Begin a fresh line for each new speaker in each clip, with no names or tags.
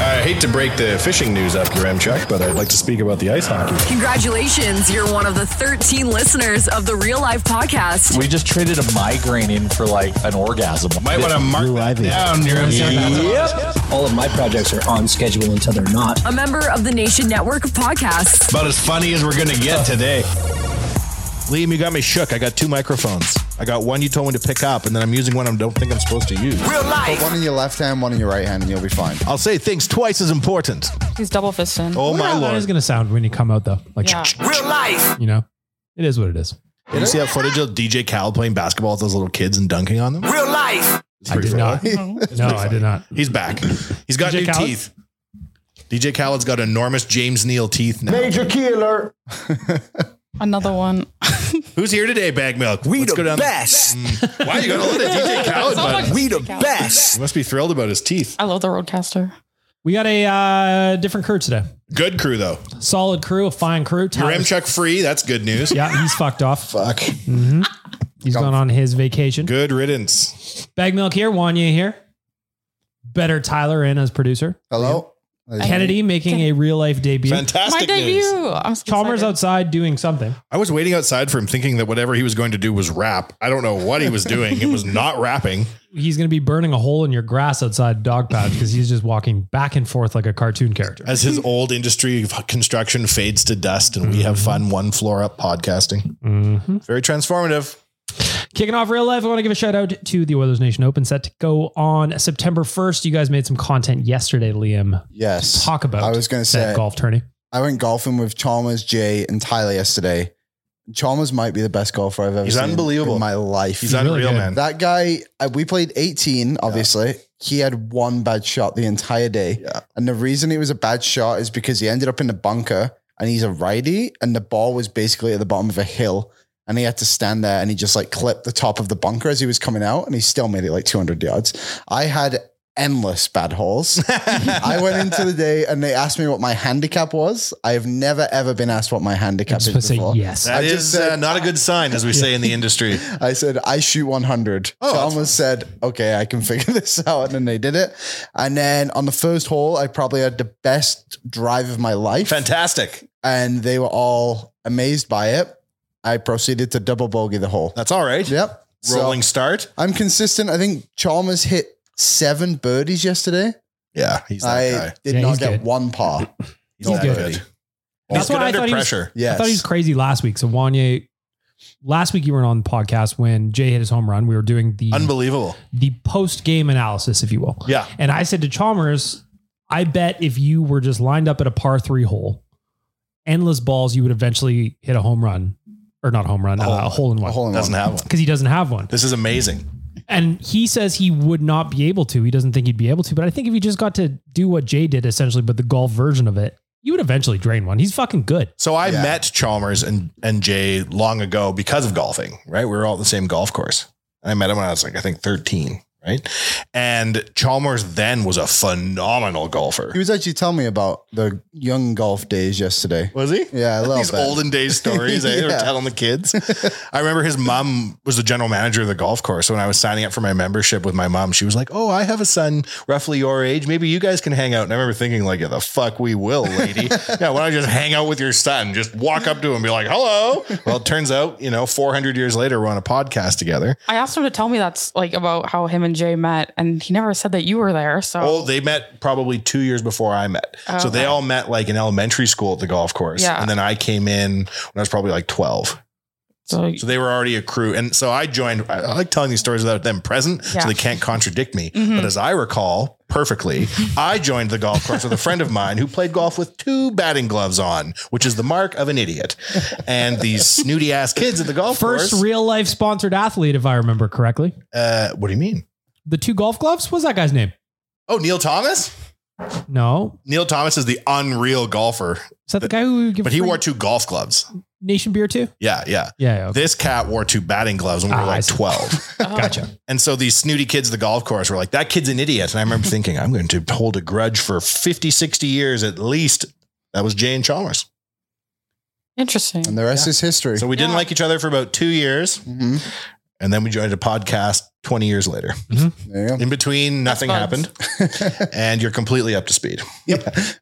I hate to break the fishing news after M Chuck, but I'd like to speak about the ice hockey.
Congratulations, you're one of the 13 listeners of the Real Life Podcast.
We just traded a migraine in for like an orgasm.
Might want to mark that down. Your M Chuck.
All of my projects are on schedule until they're not.
A member of the Nation Network of Podcasts.
About as funny as we're going to get today. Liam, you got me shook. I got two microphones. I got one you told me to pick up, and then I'm using one I don't think I'm supposed to use.
Put one in your left hand, one in your right hand, and you'll be fine.
I'll say things twice as important.
He's double fisting.
Oh my
That
lord!
is going to sound when you come out though. Like,
Yeah.
you know, it is what it is.
Did you see that footage of DJ Cal playing basketball with those little kids and dunking on them? Real life.
I did not. no, I did not.
He's back. He's got
DJ
new
Khaled?
teeth. DJ Khaled's got enormous James Neal teeth now.
Another one.
Who's here today, Bag Milk? We Let's the go down best. Why you gotta let it DJ Khaled? bud?
we the best.
He must be thrilled about his teeth.
I love the Roadcaster.
We got a uh, different crew today.
Good crew though.
Solid crew, a fine crew.
Your
Tyler's-
M Chuck free. That's good news.
Yeah, he's fucked off. Mm-hmm.
Fuck.
He's gone on his vacation.
Good riddance.
Bag milk here. Wanya here. Better Tyler in as producer.
Hello?
Kennedy making a real life debut.
My
Fantastic
debut.
news.
I'm so
Chalmers
excited.
outside doing something.
I was waiting outside for him, thinking that whatever he was going to do was rap. I don't know what he was doing. it was not rapping.
He's going to be burning a hole in your grass outside dog pound because he's just walking back and forth like a cartoon character.
As his old industry of construction fades to dust, and we have fun one floor up podcasting. Very transformative.
Kicking off real life, I want to give a shout out to the Oilers Nation Open set to go on September 1st. You guys made some content yesterday, Liam.
Yes.
Talk about
I was going to
that
say,
golf tourney.
I went golfing with Chalmers, Jay, and Tyler yesterday. Chalmers might be the best golfer I've ever
He's
seen
unbelievable.
in my life.
He's,
He's
unreal,
really good.
man.
that guy, uh, we played 18, obviously. He had one bad shot the entire day.
Yeah.
And the reason it was a bad shot is because he ended up in the bunker and he's a righty and the ball was basically at the bottom of a hill. And he had to stand there and he just like clipped the top of the bunker as he was coming out and he still made it like 200 yards. I had endless bad holes. I went into the day and they asked me what my handicap was. I have never ever been asked what my handicap
I'm
is
supposed to say
before.
yes.
That
I
is
just said-
uh, not a good sign, as we say in the industry.
I said, I shoot 100.
Oh,
Oh,
that's
Chalmers said, okay, I can figure this out. And then they did it. And then on the first hole, I probably had the best drive of my life.
Fantastic.
And they were all amazed by it. I proceeded to double bogey the hole.
That's all right.
Yep. So
Rolling start.
I'm consistent. I think Chalmers hit seven birdies yesterday.
Yeah, he's that
I
guy.
did
Yeah,
not
he's
get
good.
one par.
He's,
he's
that
good.
good.
That's
he's good
why I
under
thought he was-
pressure.
Yes.
I thought he was crazy last week. So Wanye, last week you weren't on the podcast when Jay hit his home run. We were doing the
Unbelievable.
the post game analysis, if you will.
Yeah.
And I said to Chalmers, I bet if you were just lined up at a par three hole, endless balls, you would eventually hit a home run or not a home run, uh, a hole in one.
Doesn't have one.
Because he doesn't have one.
This is amazing.
And he says he would not be able to. He doesn't think he'd be able to. But I think if he just got to do what Jay did, essentially, but the golf version of it, you would eventually drain one. He's fucking good.
So I met Chalmers and, and Jay long ago because of golfing, right? We were all at the same golf course. And I met him when I was like, I think 13, right? And Chalmers then was a phenomenal golfer.
He was actually telling me about the young golf days yesterday.
Was he?
Yeah, I love
These olden days stories they were
Yeah.
telling the kids. I remember his mom was the general manager of the golf course. So when I was signing up for my membership with my mom, she was like, "Oh, I have a son roughly your age. Maybe you guys can hang out." And I remember thinking, "Like yeah, the fuck we will, lady. yeah, why don't you just hang out with your son? Just walk up to him, and be like, hello." Well, it turns out, you know, four hundred years later, we're on a podcast together.
I asked him to tell me that's like about how him and Jay met, and he never said that you were there. So
Well, Oh, they met probably two years before I met. So they
Okay.
all met like in elementary school at the golf course.
Yeah.
And then I came in when I was probably like 12.
So,
they were already a crew. And so I joined. I, I like telling these stories without them present
Yeah.
so they can't contradict me.
Mm-hmm.
Mhm.
But as I recall perfectly, I joined the golf course with a friend of mine who played golf with two batting gloves on, which is the mark of an idiot. And these snooty ass kids at the golf
First
course.
real life sponsored athlete, if I remember correctly.
Uh, what do you mean?
The two golf gloves? What's that guy's name?
oh, Neil Thomas?
No.
Neil Thomas is the unreal golfer.
Is that the guy who we give
But he
free
wore two golf gloves.
Nation Beer too?
Yeah, yeah.
Yeah. Ah, yeah.
This cat wore two batting gloves when we were like 12.
Gotcha.
And so these snooty kids at the golf course were like, that kid's an idiot. And I remember thinking, I'm going to hold a grudge for 50, 60 years at least. That was Jay and Chalmers.
interesting.
And the rest is history.
So we didn't
Yeah.
like each other for about two years.
Mhm.
And then we joined a podcast 20 years later.
There you go.
In between, nothing happened. and you're completely up to speed.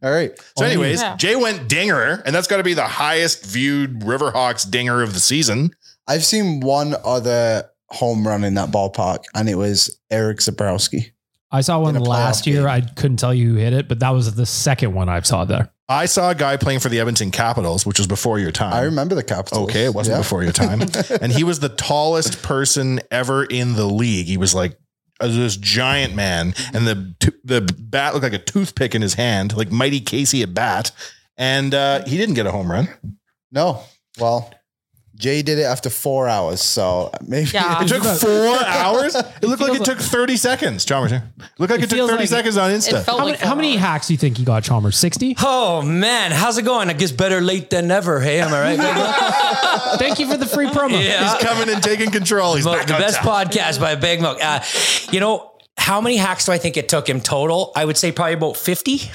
All right.
So, anyways,
Yeah.
Jay went dingerer, and that's got to be the highest viewed Riverhawks dinger of the season.
I've seen one other home run in that ballpark, and it was Eric Zabrowski.
I saw one
In a playoff
last year.
game.
I couldn't tell you who hit it, but that was the second one I saw there.
I saw a guy playing for the Edmonton Capitals, which was before your time.
I remember the
Oh,
Capitals.
Okay, it wasn't
Yeah.
before your time. and he was the tallest person ever in the league. He was like uh, this giant man, and the to- the bat looked like a toothpick in his hand, like Mighty Casey at bat. And uh, he didn't get a home run.
No. Well, Jay did it after four hours, so maybe
Yeah.
It took four hours. It looked like it took thirty seconds. Chalmers, here. looked like it, took
feels
thirty
like-
seconds on Insta.
It felt
How,
like
many, how many hacks do you think he got, Chalmers? 60?
Oh man, how's it going? I guess better late than never. Hey, am I right?
Thank you for the free promo.
yeah,
He's coming and taking control. He's
Mo-
back
the
on
best
top.
podcast by Big Milk. Uh, you know how many hacks do I think it took him total? I would say probably about 50,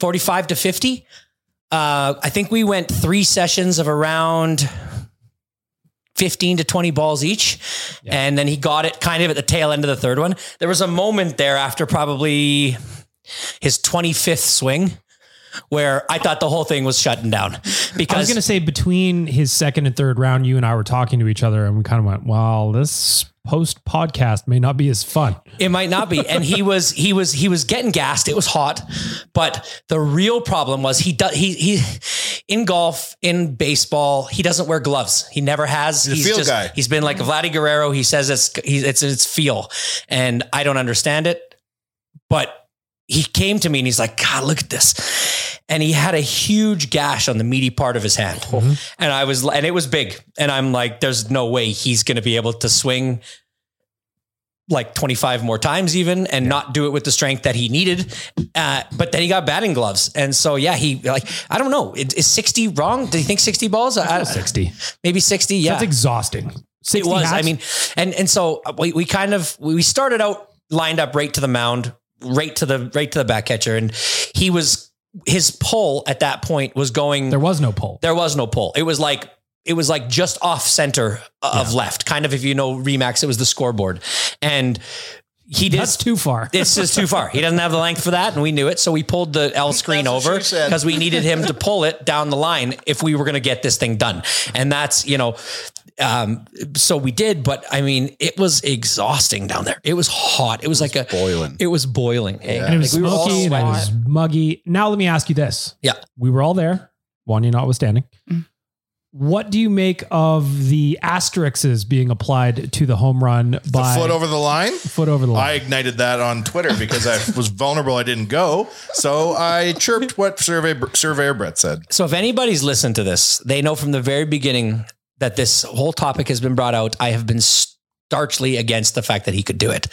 45 to 50. Uh, I think we went three sessions of around 15 to 20 balls each. And then he got it kind of at the tail end of the third one. There was a moment there after probably his 25th swing where I thought the whole thing was shutting down because
I was going to say between his second and third round, you and I were talking to each other and we kind of went, well, this post podcast may not be as fun.
It might not be. And he was he was he was getting gassed. It was hot, but the real problem was he does he he in golf in baseball he doesn't wear gloves. He never has.
He's a feel guy.
He's been like a Vladdy Guerrero. He says it's he's, it's it's feel, and I don't understand it. But he came to me and he's like, God, look at this. And he had a huge gash on the meaty part of his hand. And I was, and it was big. And I'm like, there's no way he's going to be able to swing like 25 more times even and not do it with the strength that he needed. Uh, but then he got batting gloves. And so, yeah, he like, I don't know. Is, is 60 wrong? Do you think 60 balls? I,
60.
maybe 60. Yeah.
That's exhausting. 60
It was. I
hacks?
mean, and and so uh, we, we kind of we started out lined up right to the mound, right to the right to the back catcher, and he was his pull at that point was going.
there was no poll.
There was no pull. It was like it was like just off center uh, of left, kind of if you know Remax, it was the scoreboard, and he did
That's too far.
it's just too far. He doesn't have the length for that, and we knew it. So we pulled the L screen over because we needed him to pull it down the line if we were going to get this thing done. And that's you know, um, so we did. But I mean, it was exhausting down there. It was hot. It was like a boiling. It was boiling. eh?
and it was
Like, we were all
smoky and it
sweating.
was muggy. Now let me ask you this.
Yeah. Mm.
We were all there, Wanya notwithstanding. What do you make of the asterisks being applied to the home run by
foot over the line?
Foot over the line.
I ignited that on Twitter because I was vulnerable. I didn't go, so I chirped what survey surveyor Brett said.
So if anybody's listened to this, they know from the very beginning that this whole topic has been brought out. I have been starchly against the fact that he could do it.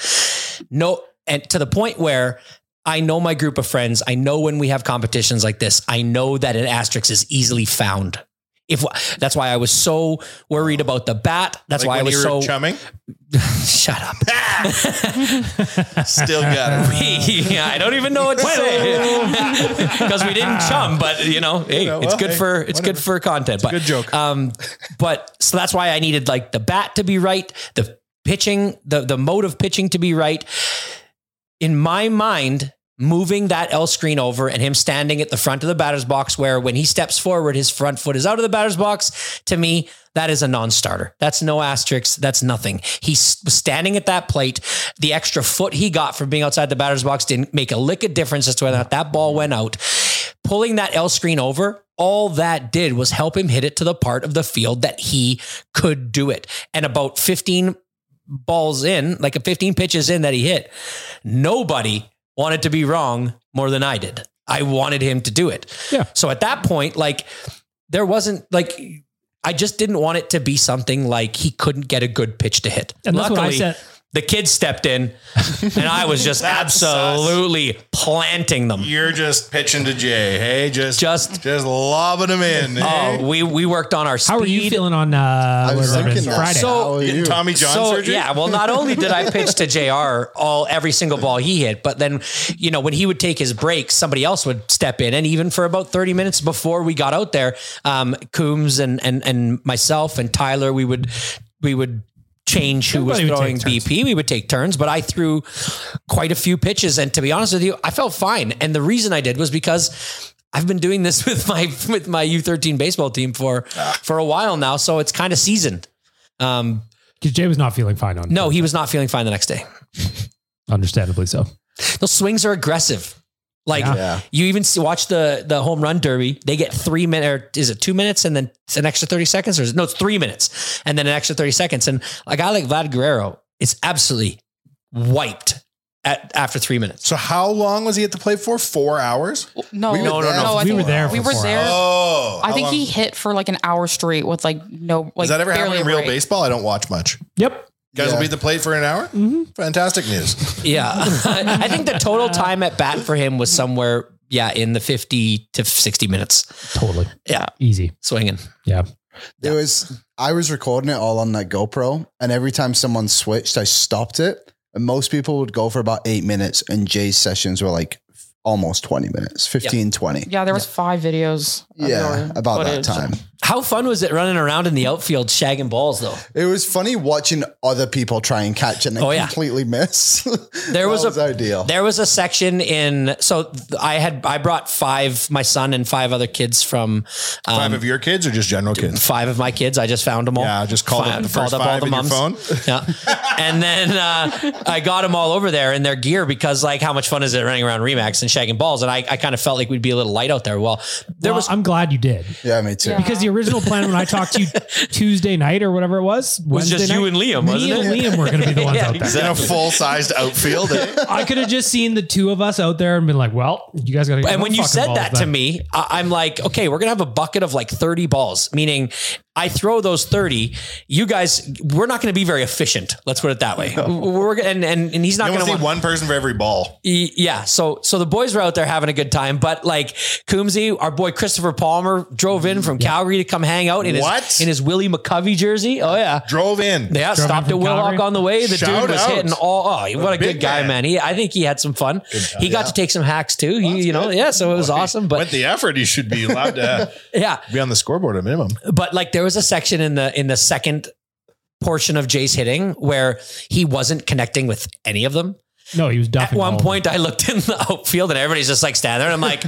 No, and to the point where I know my group of friends. I know when we have competitions like this, I know that an asterisk is easily found. If that's why I was so worried about the bat. That's
Like
why I
when
was
you were
so
chumming?
Shut up.
Still got it.
We, I don't even know what to say because we didn't chum, but you know, hey,
Ah. You know,
it's
well,
good
hey,
for it's good
whatever.
for content. but
good joke.
Um, but so that's why I needed like the bat to be right, the pitching, the the mode of pitching to be right. In my mind, moving that L screen over and him standing at the front of the batter's box, where when he steps forward, his front foot is out of the batter's box. To me, that is a non-starter. That's no asterisk. That's nothing. He's standing at that plate. The extra foot he got from being outside the batter's box didn't make a lick of difference as to whether or not that ball went out. Pulling that L screen over, all that did was help him hit it to the part of the field that he could do it. And about 15 balls in, like a 15 pitches in that he hit, nobody wanted to be wrong more than I did. I wanted him to do it.
Yeah.
So at that point, like there wasn't like I just didn't want it to be something like he couldn't get a good pitch to hit.
And that's what I said.
the kid stepped in and I was just absolutely planting them.
You're just pitching to Jay. Hey, just
just
just lobbing him in. eh?
Oh, we we worked on our speed.
How are you feeling on uh,
was
whatever it is,
thinking that.
Friday?
So- How are you? Tommy John surgery?
Yeah. Well, not only did I pitch to Jr. all every single ball he hit, but then you know when he would take his breaks, somebody else would step in, and even for about thirty minutes before we got out there, um, Coombs and and and myself and Tyler, we would we would. Change who
Everybody would
was
take
throwing
turns.
BP. We would take turns, but I threw quite a few pitches. And to be honest with you, I felt fine. And the reason I did was because I've been doing this with my with my U13 baseball team for
Ah.
for a while now, so it's kind of seasoned. Um,
'Cause Jay was not feeling fine on
no, he was not feeling fine the next day.
understandably so.
Those swings are aggressive. Like
Yeah.
Yeah.
you even see, watch the the home run derby. They get three minutes, or is it two minutes, and then it's an extra thirty seconds, or is it, no, it's three minutes, and then an extra thirty seconds. And a guy like Vlad Guerrero is absolutely wiped at after three minutes.
So how long was he at the plate for? Four hours.
No,
We were
no, no,
there
no.
for
I
We
think
were there
We
for
were
four
there.
Oh,
I
how
think
long-
he hit for like an hour straight with like no. Like
Does that ever happen
barely
in
a
real
break.
baseball? I don't watch much.
Yep.
guys will be at the plate for an hour.
Mm-hmm.
Fantastic news.
Yeah, I think the total time at bat for him was somewhere, yeah, in the fifty to sixty minutes.
Totally.
Yeah,
Easy.
swinging.
Yeah.
There was I was recording it all on that GoPro, and every time someone switched, I stopped it. And most people would go for about eight minutes, and Jay's sessions were like f- almost 20 minutes, 15, 20.
Yeah, there was five videos. of
Yeah,
your
about that
footage.
time.
How fun was it running around in the outfield shagging balls though?
It was funny watching other people try and catch it and they
Oh, yeah.
completely miss.
There was,
that was
a
ideal.
There was a section in so th- I had I brought five my son and five other kids from um,
Five of your kids or just general kids?
five of my kids. I just found them all.
Yeah, just called up the first five in your phone.
Yeah, and then uh, I got them all over there in their gear because like how much fun is it running around Remax and shagging balls? And I, I kind of felt like we'd be a little light out there. Well, there
Well,
was
I'm glad you did
Yeah, me too.
because the original plan when I talked to you Tuesday night or whatever it was
was
Wednesday
just you
night,
and Liam,
me
wasn't
and
it?
Liam were going to be the ones
Yeah,
out there.
In a
exactly.
full sized outfield. eh?
I could have just seen the two of us out there and been like, "Well, you guys got to."
and when you said that to me, I, I'm like, okay, we're gonna have a bucket of like 30 balls, meaning I throw those 30. You guys, we're not gonna be very efficient. Let's put it that way. We're and and, and he's
You
not
almost
gonna
need
want.
one person for every ball.
E- Yeah, so so the boys were out there having a good time, but like Coombsy, our boy Christopher Palmer drove in from Calgary to come hang out in
What?
his in his Willie McCovey jersey. Oh yeah,
Drove in.
yeah,
Drove in
stopped at
from
Willock
Calgary.
on the way. The
Shout
dude was
out.
hitting all. Oh, what a
Big
good guy,
man.
man! He, I think he had some fun. He got to take some hacks too. He, you know, yeah. So it was awesome. But
With the effort, you should be allowed to
yeah,
be on the scoreboard at minimum.
but like there was a section in the in the second portion of Jay's hitting where he wasn't connecting with any of them.
no, he was
At
duffing. all
one
of
point, I looked in the outfield and everybody's just like standing there. And I'm like,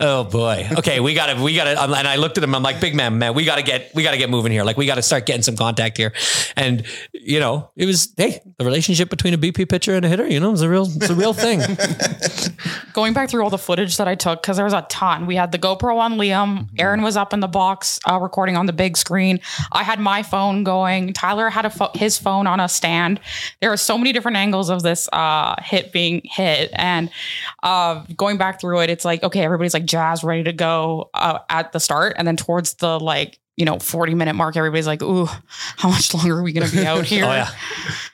oh boy, okay, we gotta, we gotta. um, And I looked at him. I'm like, big man, man, we gotta get, we gotta get moving here. Like we gotta start getting some contact here. And you know, it was hey, the relationship between a BP pitcher and a hitter, you know, it's a real it's a real thing.
Going back through all the footage that I took, because there was a ton. We had the GoPro on Liam. Aaron was up in the box uh, recording on the big screen. I had my phone going. Tyler had a pho- his phone on a stand. There were so many different angles of this uh, hit being hit. And uh, going back through it, it's like, okay, everybody's like jazz, ready to go uh, at the start. And then towards the like, you know, 40 minute mark, everybody's like, ooh, how much longer are we going to be out here?
Oh,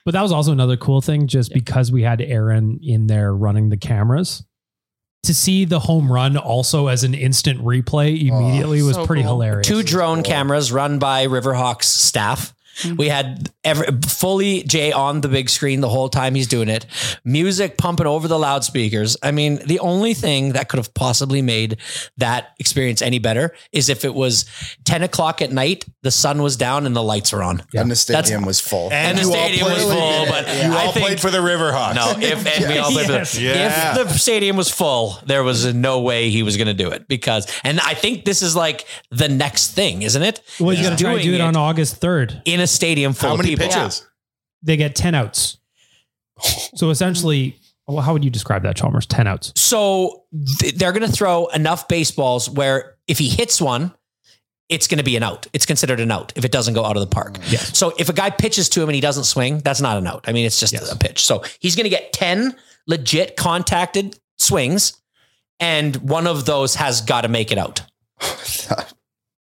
But that was also another cool thing, just because we had Aaron in there running the cameras. To see the home run also as an instant replay
Oh,
immediately was pretty hilarious.
Two drone cameras run by Riverhawks staff. We had every, fully Jay on the big screen the whole time he's doing it. Music pumping over the loudspeakers. I mean, the only thing that could have possibly made that experience any better is if it was 10 o'clock at night, the sun was down and the lights were
And
on.
the
That's-
stadium was full.
And, the stadium was full, but
you
I
all
think-
played for the Riverhawks.
No, if and we all played for the-
Yeah.
if the stadium was full, there was no way he was going to do it because, and I think this is like the next thing, isn't it?
Well, he's going to try to do it, on August 3rd.
in a stadium full
How
of
many
people.
pitches? They get 10 outs. So essentially, well, how would you describe that, Chalmers? 10 outs.
So th- they're going to throw enough baseballs where if he hits one, it's going to be an out. It's considered an out if it doesn't go out of the park.
Mm,
So if a guy pitches to him and he doesn't swing, that's not an out. I mean, it's just a pitch. So he's going to get 10 legit contacted swings, and one of those has got to make it out.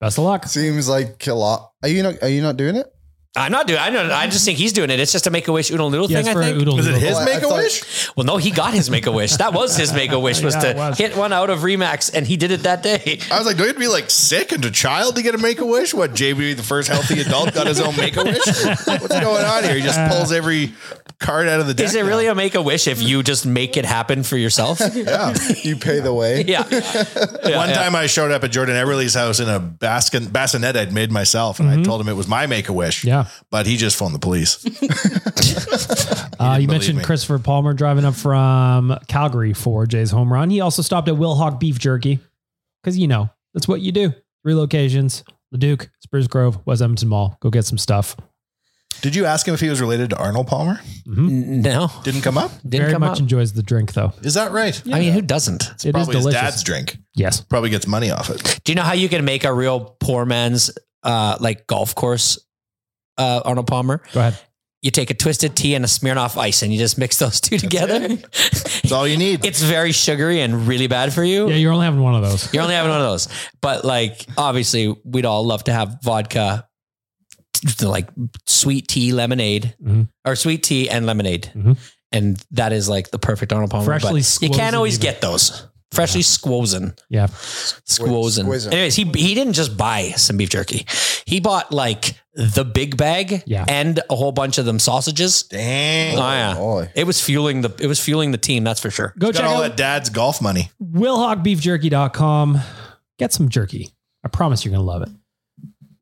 Best of luck.
Seems like a lot. Are you not? Are you not doing it?
I'm not doing. I know. I just think he's doing it. It's just a make a wish oodle noodle
Yeah, it's
thing.
for
I think.
oodle Is it noodle. his Make-A-Wish?
Well, no, he got his make a wish. That was his make a wish. Was
Yeah,
to
it was.
hit one out of Remax, and he did it that day.
I was like, do I have to be like sick and a child to get a make a wish? What JB, the first healthy adult, got his own make a wish? What's going on here? He just pulls every card out of the deck.
Is it really a make a wish if you just make it happen for yourself?
yeah, you pay the way.
Yeah.
One time I showed up at Jordan Everly's house in a basket bassinet I'd made myself, and I told him it was my make a wish.
Yeah.
but he just phoned the police.
Uh, you
believe
mentioned
me.
Christopher Palmer driving up from Calgary for Jay's home run. He also stopped at Wilhock Beef Jerky because you know that's what you do. Three locations: Leduc, Spruce Grove, West Edmonton Mall. Go get some stuff.
Did you ask him if he was related to Arnold Palmer?
No,
didn't come up.
Very much enjoys the drink though.
Is that right?
I mean, who doesn't?
It's
It is
probably his
delicious.
dad's drink.
Yes,
probably gets money off it.
Do you know how you can make a real poor man's uh, like golf course uh, Arnold Palmer?
Go ahead.
You take a twisted tea and a Smirnoff ice, and you just mix those two together. It's
all you need.
It's very sugary and really bad for you.
Yeah, you're only having one of those.
You're only having one of those. But like, obviously, we'd all love to have vodka, t- t- like sweet tea, lemonade,
Mm-hmm.
or sweet tea and lemonade, and that is like the perfect Arnold Palmer. but
Freshly
you
squozen
can't always
even.
get those. Freshly squozen.
Yeah.
Squozen.
Squizen.
Anyways, he he didn't just buy some beef jerky. He bought like the big bag
Yeah.
and a whole bunch of them sausages.
Dang.
Oh yeah. It was fueling the it was fueling the team, that's for sure.
Go
Got
check
all
out
that dad's golf money.
WilhockBeefJerky.com. Get some jerky. I promise you're gonna love it.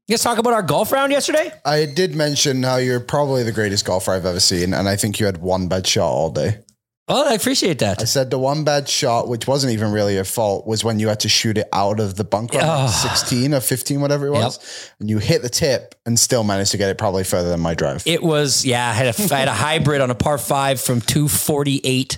You guys talk about our golf round yesterday?
I did mention how you're probably the greatest golfer I've ever seen, and I think you had one bad shot all day.
Well, I appreciate that.
I said the one bad shot, which wasn't even really your fault, was when you had to shoot it out of the bunker, on, like,
Ugh.
16 or 15, whatever it was, and you hit the tip and still managed to get it probably further than my drive.
It was yeah. I had a, I had a hybrid on a par five from two forty eight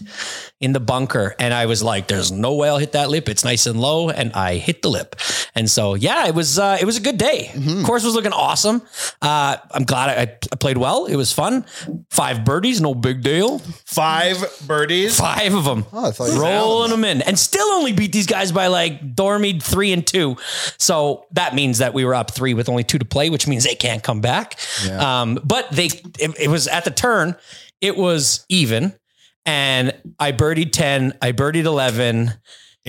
in the bunker, and I was like, "There's no way I'll hit that lip. It's nice and low," and I hit the lip. And so yeah, it was uh, it was a good day. Course was looking awesome. Uh, I'm glad I, I played well. It was fun. Five birdies, no big deal.
Five birdies,
five of them.
Oh, I thought you-
Rolling them in, and still only beat these guys by like Dormy three and two. So that means that we were up three with only two to play, which means they can't come back. Um, but they, it, it was at the turn, it was even, and I birdied ten, I birdied eleven.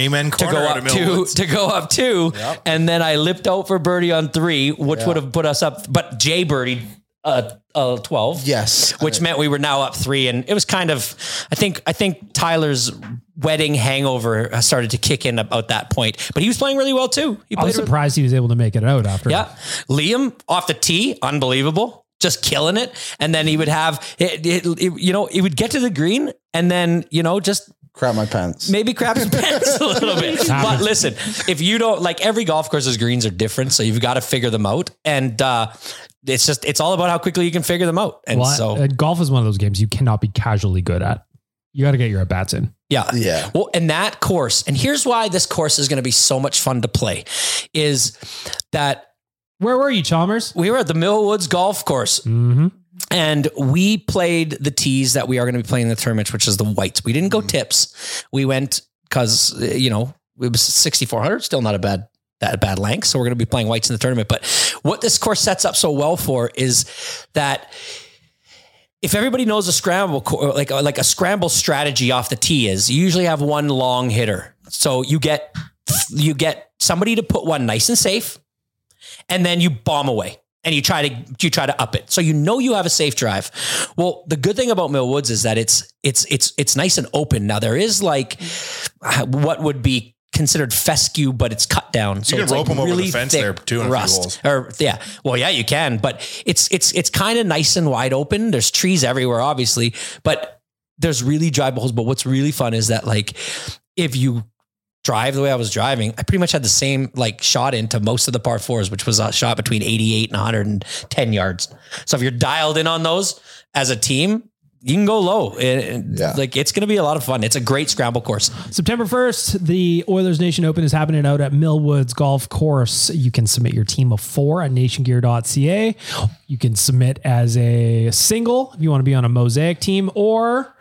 Amen.
To go
corner out
up
of
two,
Millwoods.
to go up two,
Yep.
and then I lipped out for birdie on three, which
Yeah.
would have put us up. But Jay birdied uh, uh twelve,
Yes.
which meant we were now up three, and it was kind of, I think, I think Tyler's wedding hangover started to kick in about that point. But he was playing really well too. He played,
I was
really-
surprised he was able to make it out after.
yeah. Liam off the tee, unbelievable, just killing it. And then he would have, it, it, it- you know, he would get to the green, and then you know, just
Crap my pants.
maybe crap his pants a little bit. But
Happens.
listen, if you don't like every golf course's greens are different, so you've got to figure them out. And uh, it's just it's all about how quickly you can figure them out. And
Well,
so
uh, golf is one of those games you cannot be casually good at. You got to get your at bats in.
Yeah. Yeah. Well, and that course, and here's why this course is going to be so much fun to play is that.
Where were you, Chalmers?
We were at the Millwoods Golf Course.
Mm-hmm.
And we played the tees that we are going to be playing in the tournament, which is the whites. We didn't go tips. We went because, you know, it was 6,400, still not a bad. That bad length. So, we're going to be playing whites in the tournament. But what this course sets up so well for is that if everybody knows a scramble co- uh, like like a scramble strategy off the tee is you usually have one long hitter so you get you get somebody to put one nice and safe and then you bomb away and you try to you try to up it so you know you have a safe drive well the good thing about mill woods is that it's it's it's it's nice and open now there is like uh, what would be considered fescue but it's cut down so
can
it's
rope
like
them over the
really
fence
thick
there, too, in a few holes.
rust or yeah well yeah you can but it's it's it's kind of nice and wide open there's trees everywhere obviously but there's really dry holes but what's really fun is that like if you drive the way I was driving I pretty much had the same like shot into most of the par fours which was a shot between 88 and 110 yards so if you're dialed in on those as a team you can go low And- and, like it's gonna be a lot of fun it's a great scramble course
September 1st, the Oilers Nation Open is happening out at Millwoods Golf Course. You can submit your team of four at nationgear.ca. You can submit as a single if you want to be on a mosaic team, or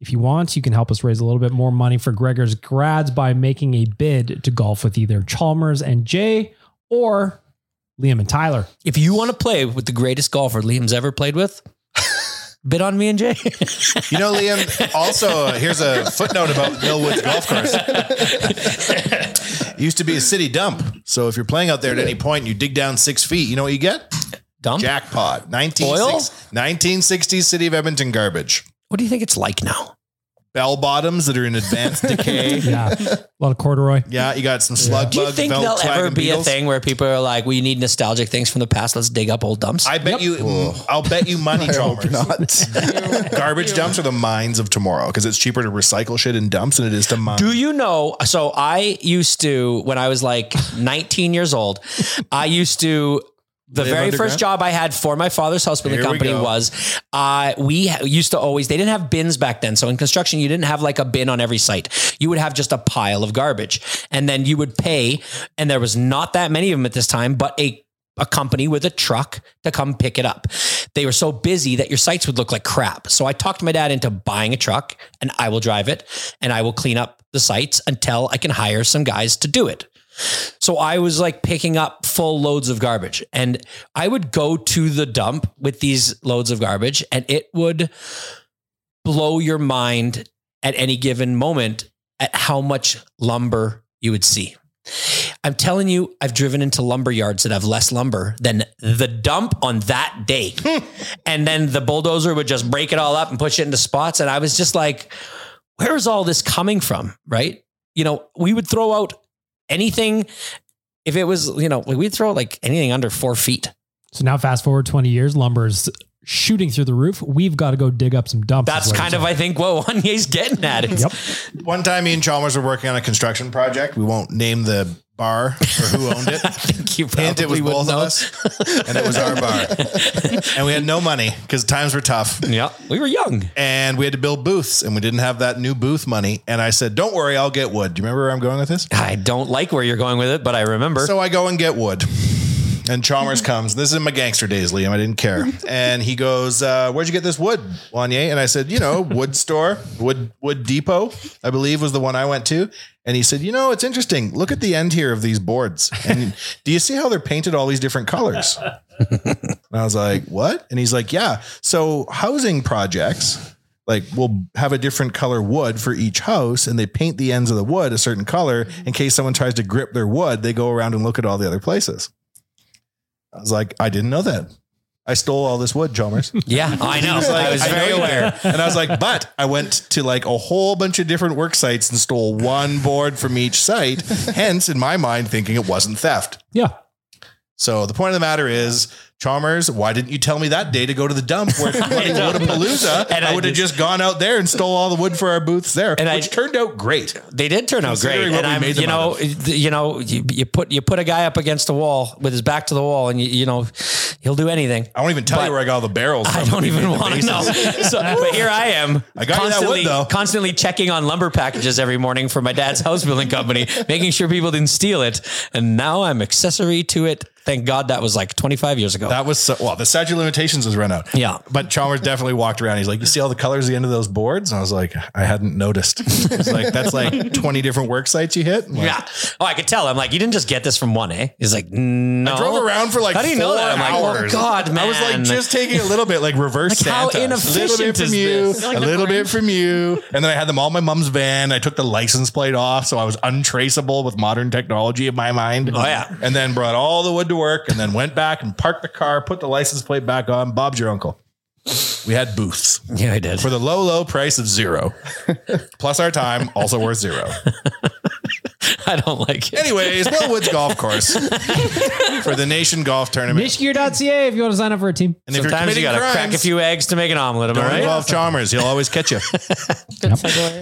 if you want, you can help us raise a little bit more money for Gregor's grads by making a bid to golf with either Chalmers and Jay or Liam and Tyler.
if you want to play with the greatest golfer Liam's ever played with bid on me and Jay
You know, Liam, also, uh, here's a footnote about Millwoods Golf Course. It used to be a city dump. So if you're playing out there at any point and you dig down six feet, you know what you get?
Dump.
Jackpot. 19,
Oil?
1960s City of Edmonton garbage.
What do you think it's like now?
Bell bottoms that are in advanced decay.
yeah. A lot of corduroy.
Yeah, you got some slug
Do you
bug,
think there'll
Volkswagen
ever be
Beetles.
a thing where people are like, "We need nostalgic things from the past. Let's dig up old dumps."
I bet you, I'll bet you money, Chalmers. Garbage dumps are the mines of tomorrow because it's cheaper to recycle shit in dumps than it is to mine.
Do you know? So I used to, when I was like 19 years old, I used to. The
Live
very
underground?
first job I had for my father's house building
Here we
company
go.
was uh, we ha- used to always, they didn't have bins back then. So in construction, you didn't have like a bin on every site. You would have just a pile of garbage. And then you would pay, and there was not that many of them at this time, but a a company with a truck to come pick it up. They were so busy that your sites would look like crap. So I talked my dad into buying a truck and I will drive it and I will clean up the sites until I can hire some guys to do it. So I was like picking up full loads of garbage and I would go to the dump with these loads of garbage and it would blow your mind at any given moment at how much lumber you would see. I'm telling you, I've driven into lumber yards that have less lumber than the dump on that day. and then the bulldozer would just break it all up and push it into spots. And I was just like, where is all this coming from? Right. You know, we would throw out anything if it was, you know, we'd throw out like anything under four feet.
So now, fast forward 20 years, lumber's shooting through the roof. We've got to go dig up some dumps.
That's kind of, I think, what Wanye's getting at. It's,
One time, me and Chalmers were working on a construction project. We won't name the bar or who owned it. I
think you
Hint, it was both of us, and it was our bar. and we had no money because times were tough.
Yeah, we were young,
and we had to build booths, and we didn't have that new booth money. And I said, "Don't worry, I'll get wood." Do you remember where I'm going with this?
I don't like where you're going with it, but I remember.
So I go and get wood. And Chalmers comes. This is in my gangster days, Liam. I didn't care. And he goes, uh, "Where'd you get this wood, Wanye?" And I said, "You know, wood store, wood wood depot, I believe was the one I went to." And he said, "You know, it's interesting. Look at the end here of these boards. And do you see how they're painted all these different colors?" And I was like, what? And he's like, yeah. So housing projects like will have a different color wood for each house and they paint the ends of the wood a certain color in case someone tries to grip their wood, they go around and look at all the other places. I was like, I didn't know that. I stole all this wood, Chalmers.
Yeah, I know.
He was like,
I was
know
very
you did.
aware.
And I was like, but I went to like a whole bunch of different work sites and stole one board from each site. Hence, in my mind, thinking it wasn't theft.
Yeah.
So the point of the matter is, Chalmers, why didn't you tell me that day to go to the dump where it's bloody Woodapalooza?
And
And
I
I would have
just-
just gone out there and stole all the wood for our booths there,
And I-
which turned out great.
They did turn out great,
Considering what
and
we
I'm,
made
you
them out
know, you know, you, you put you put a guy up against the wall with his back to the wall, and you, you know, he'll do anything.
I won't even tell you where I got all the barrels.
I don't even want to know. So, but here I am,
I got you that
constantly
wood, though.
constantly checking on lumber packages every morning for my dad's house building company, making sure people didn't steal it, and now I'm accessory to it. Thank God that was like 25 years ago.
That was so, well, the statute of limitations was run out.
Yeah.
But Chalmers definitely walked around. He's like, You see all the colors at the end of those boards? And I was like, I hadn't noticed. It's like, That's like 20 different work sites you hit. I'm like,
yeah. Oh, I could tell. I'm like, you didn't just get this from one, eh? He's like, no.
I drove around for like
How do you know
four
that? I'm like, oh
hours.
God, man.
I was like just taking a little bit, like reverse
Like, how
Santa. a little
inefficient
bit from
is
you,
this?
a little bit from you, and then I had them all in my mom's van. I took the license plate off, so I was untraceable with modern technology in my mind.
Oh, yeah.
and then brought all the wood to work, and then went back and parked the car, put the license plate back on. Bob's your uncle. We had booths
Yeah, I did.
for the low, low price of zero, plus our time, also worth zero.
I don't like it.
Anyways, Bill Woods Golf Course for the Nation Golf Tournament.
Nishgear.ca if you want to sign up for a team.
And if you're
Sometimes
committing
you got to
crimes,
crack a few eggs to make an omelet. Am
Don't
I right?
involve Chalmers. He'll always catch you.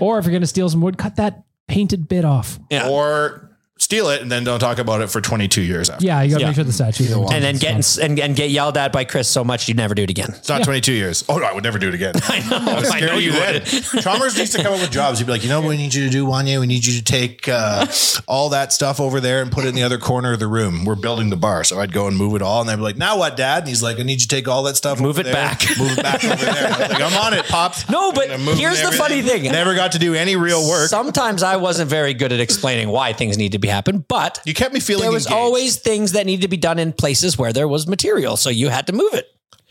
Or if you're going to steal some wood, cut that painted bit off.
Yeah.
Or steal it and then don't talk about it for 22 years after.
Yeah, you got to
Yeah.
make sure the statue.
and then get and, and get yelled at by Chris so much you'd never do it again.
It's not 22 years. Oh, no, I would never do it again. I
know.
would
I
scare
know you
you then. Chalmers needs to come up with jobs. He'd be like, you know what we need you to do, Wanya? We need you to take uh, all that stuff over there and put it in the other corner of the room. We're building the bar. So I'd go and move it all. And they'd be like, now what, Dad? And he's like, I need you to take all that stuff.
Move
over
it
there,
back.
Move it back over there. I'm like, I'm on it, Pops.
No, but
And I'm moving
here's the funny
everything.
thing.
Never got to do any real work.
Sometimes I wasn't very good at explaining why things need to be happen, but
you kept me feeling
there was
engaged.
always things that needed to be done in places where there was material, so you had to move it,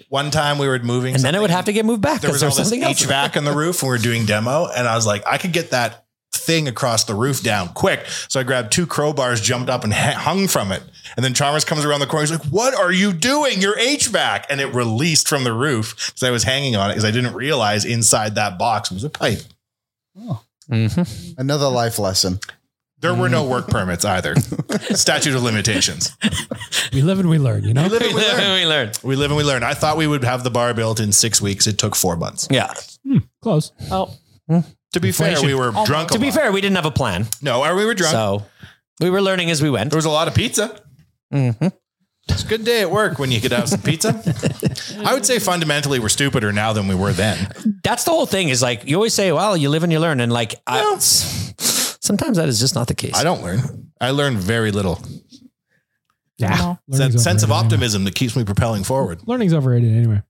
One time we were moving
and then it would
something.
have to get moved back
there
because
was
there
all
was
this
something else.
HVAC on the roof and we were doing demo. And I was like, I could get that thing across the roof down quick. So I grabbed two crowbars, jumped up and ha- hung from it. And then Chalmers comes around the corner. He's like, what are you doing? Your HVAC. And it released from the roof because I was hanging on it because I didn't realize inside that box was a pipe.
Another life lesson.
There were
Mm.
no work permits either. Statute of limitations.
We live and we learn, you know?
We live and we learn.
we learned.
We live and we learn. I thought we would have the bar built in six weeks. It took four months.
Yeah.
Hmm, Close.
Oh,
To be fair, we were drunk. a
To be
lot.
fair, we didn't have a plan,
no, we were drunk.
so we were learning as we went.
There was a lot of pizza. Mm-hmm. It's a good day at work when you could have some pizza. I would say fundamentally we're stupider now than we were then.
That's the whole thing. Is like you always say, "Well, you live and you learn," and like I, sometimes that is just not the case.
I don't learn. I learn very little.
Yeah.
It's that
Learning's
sense of
overrated anyway.
optimism that keeps me propelling forward.
Learning's overrated anyway.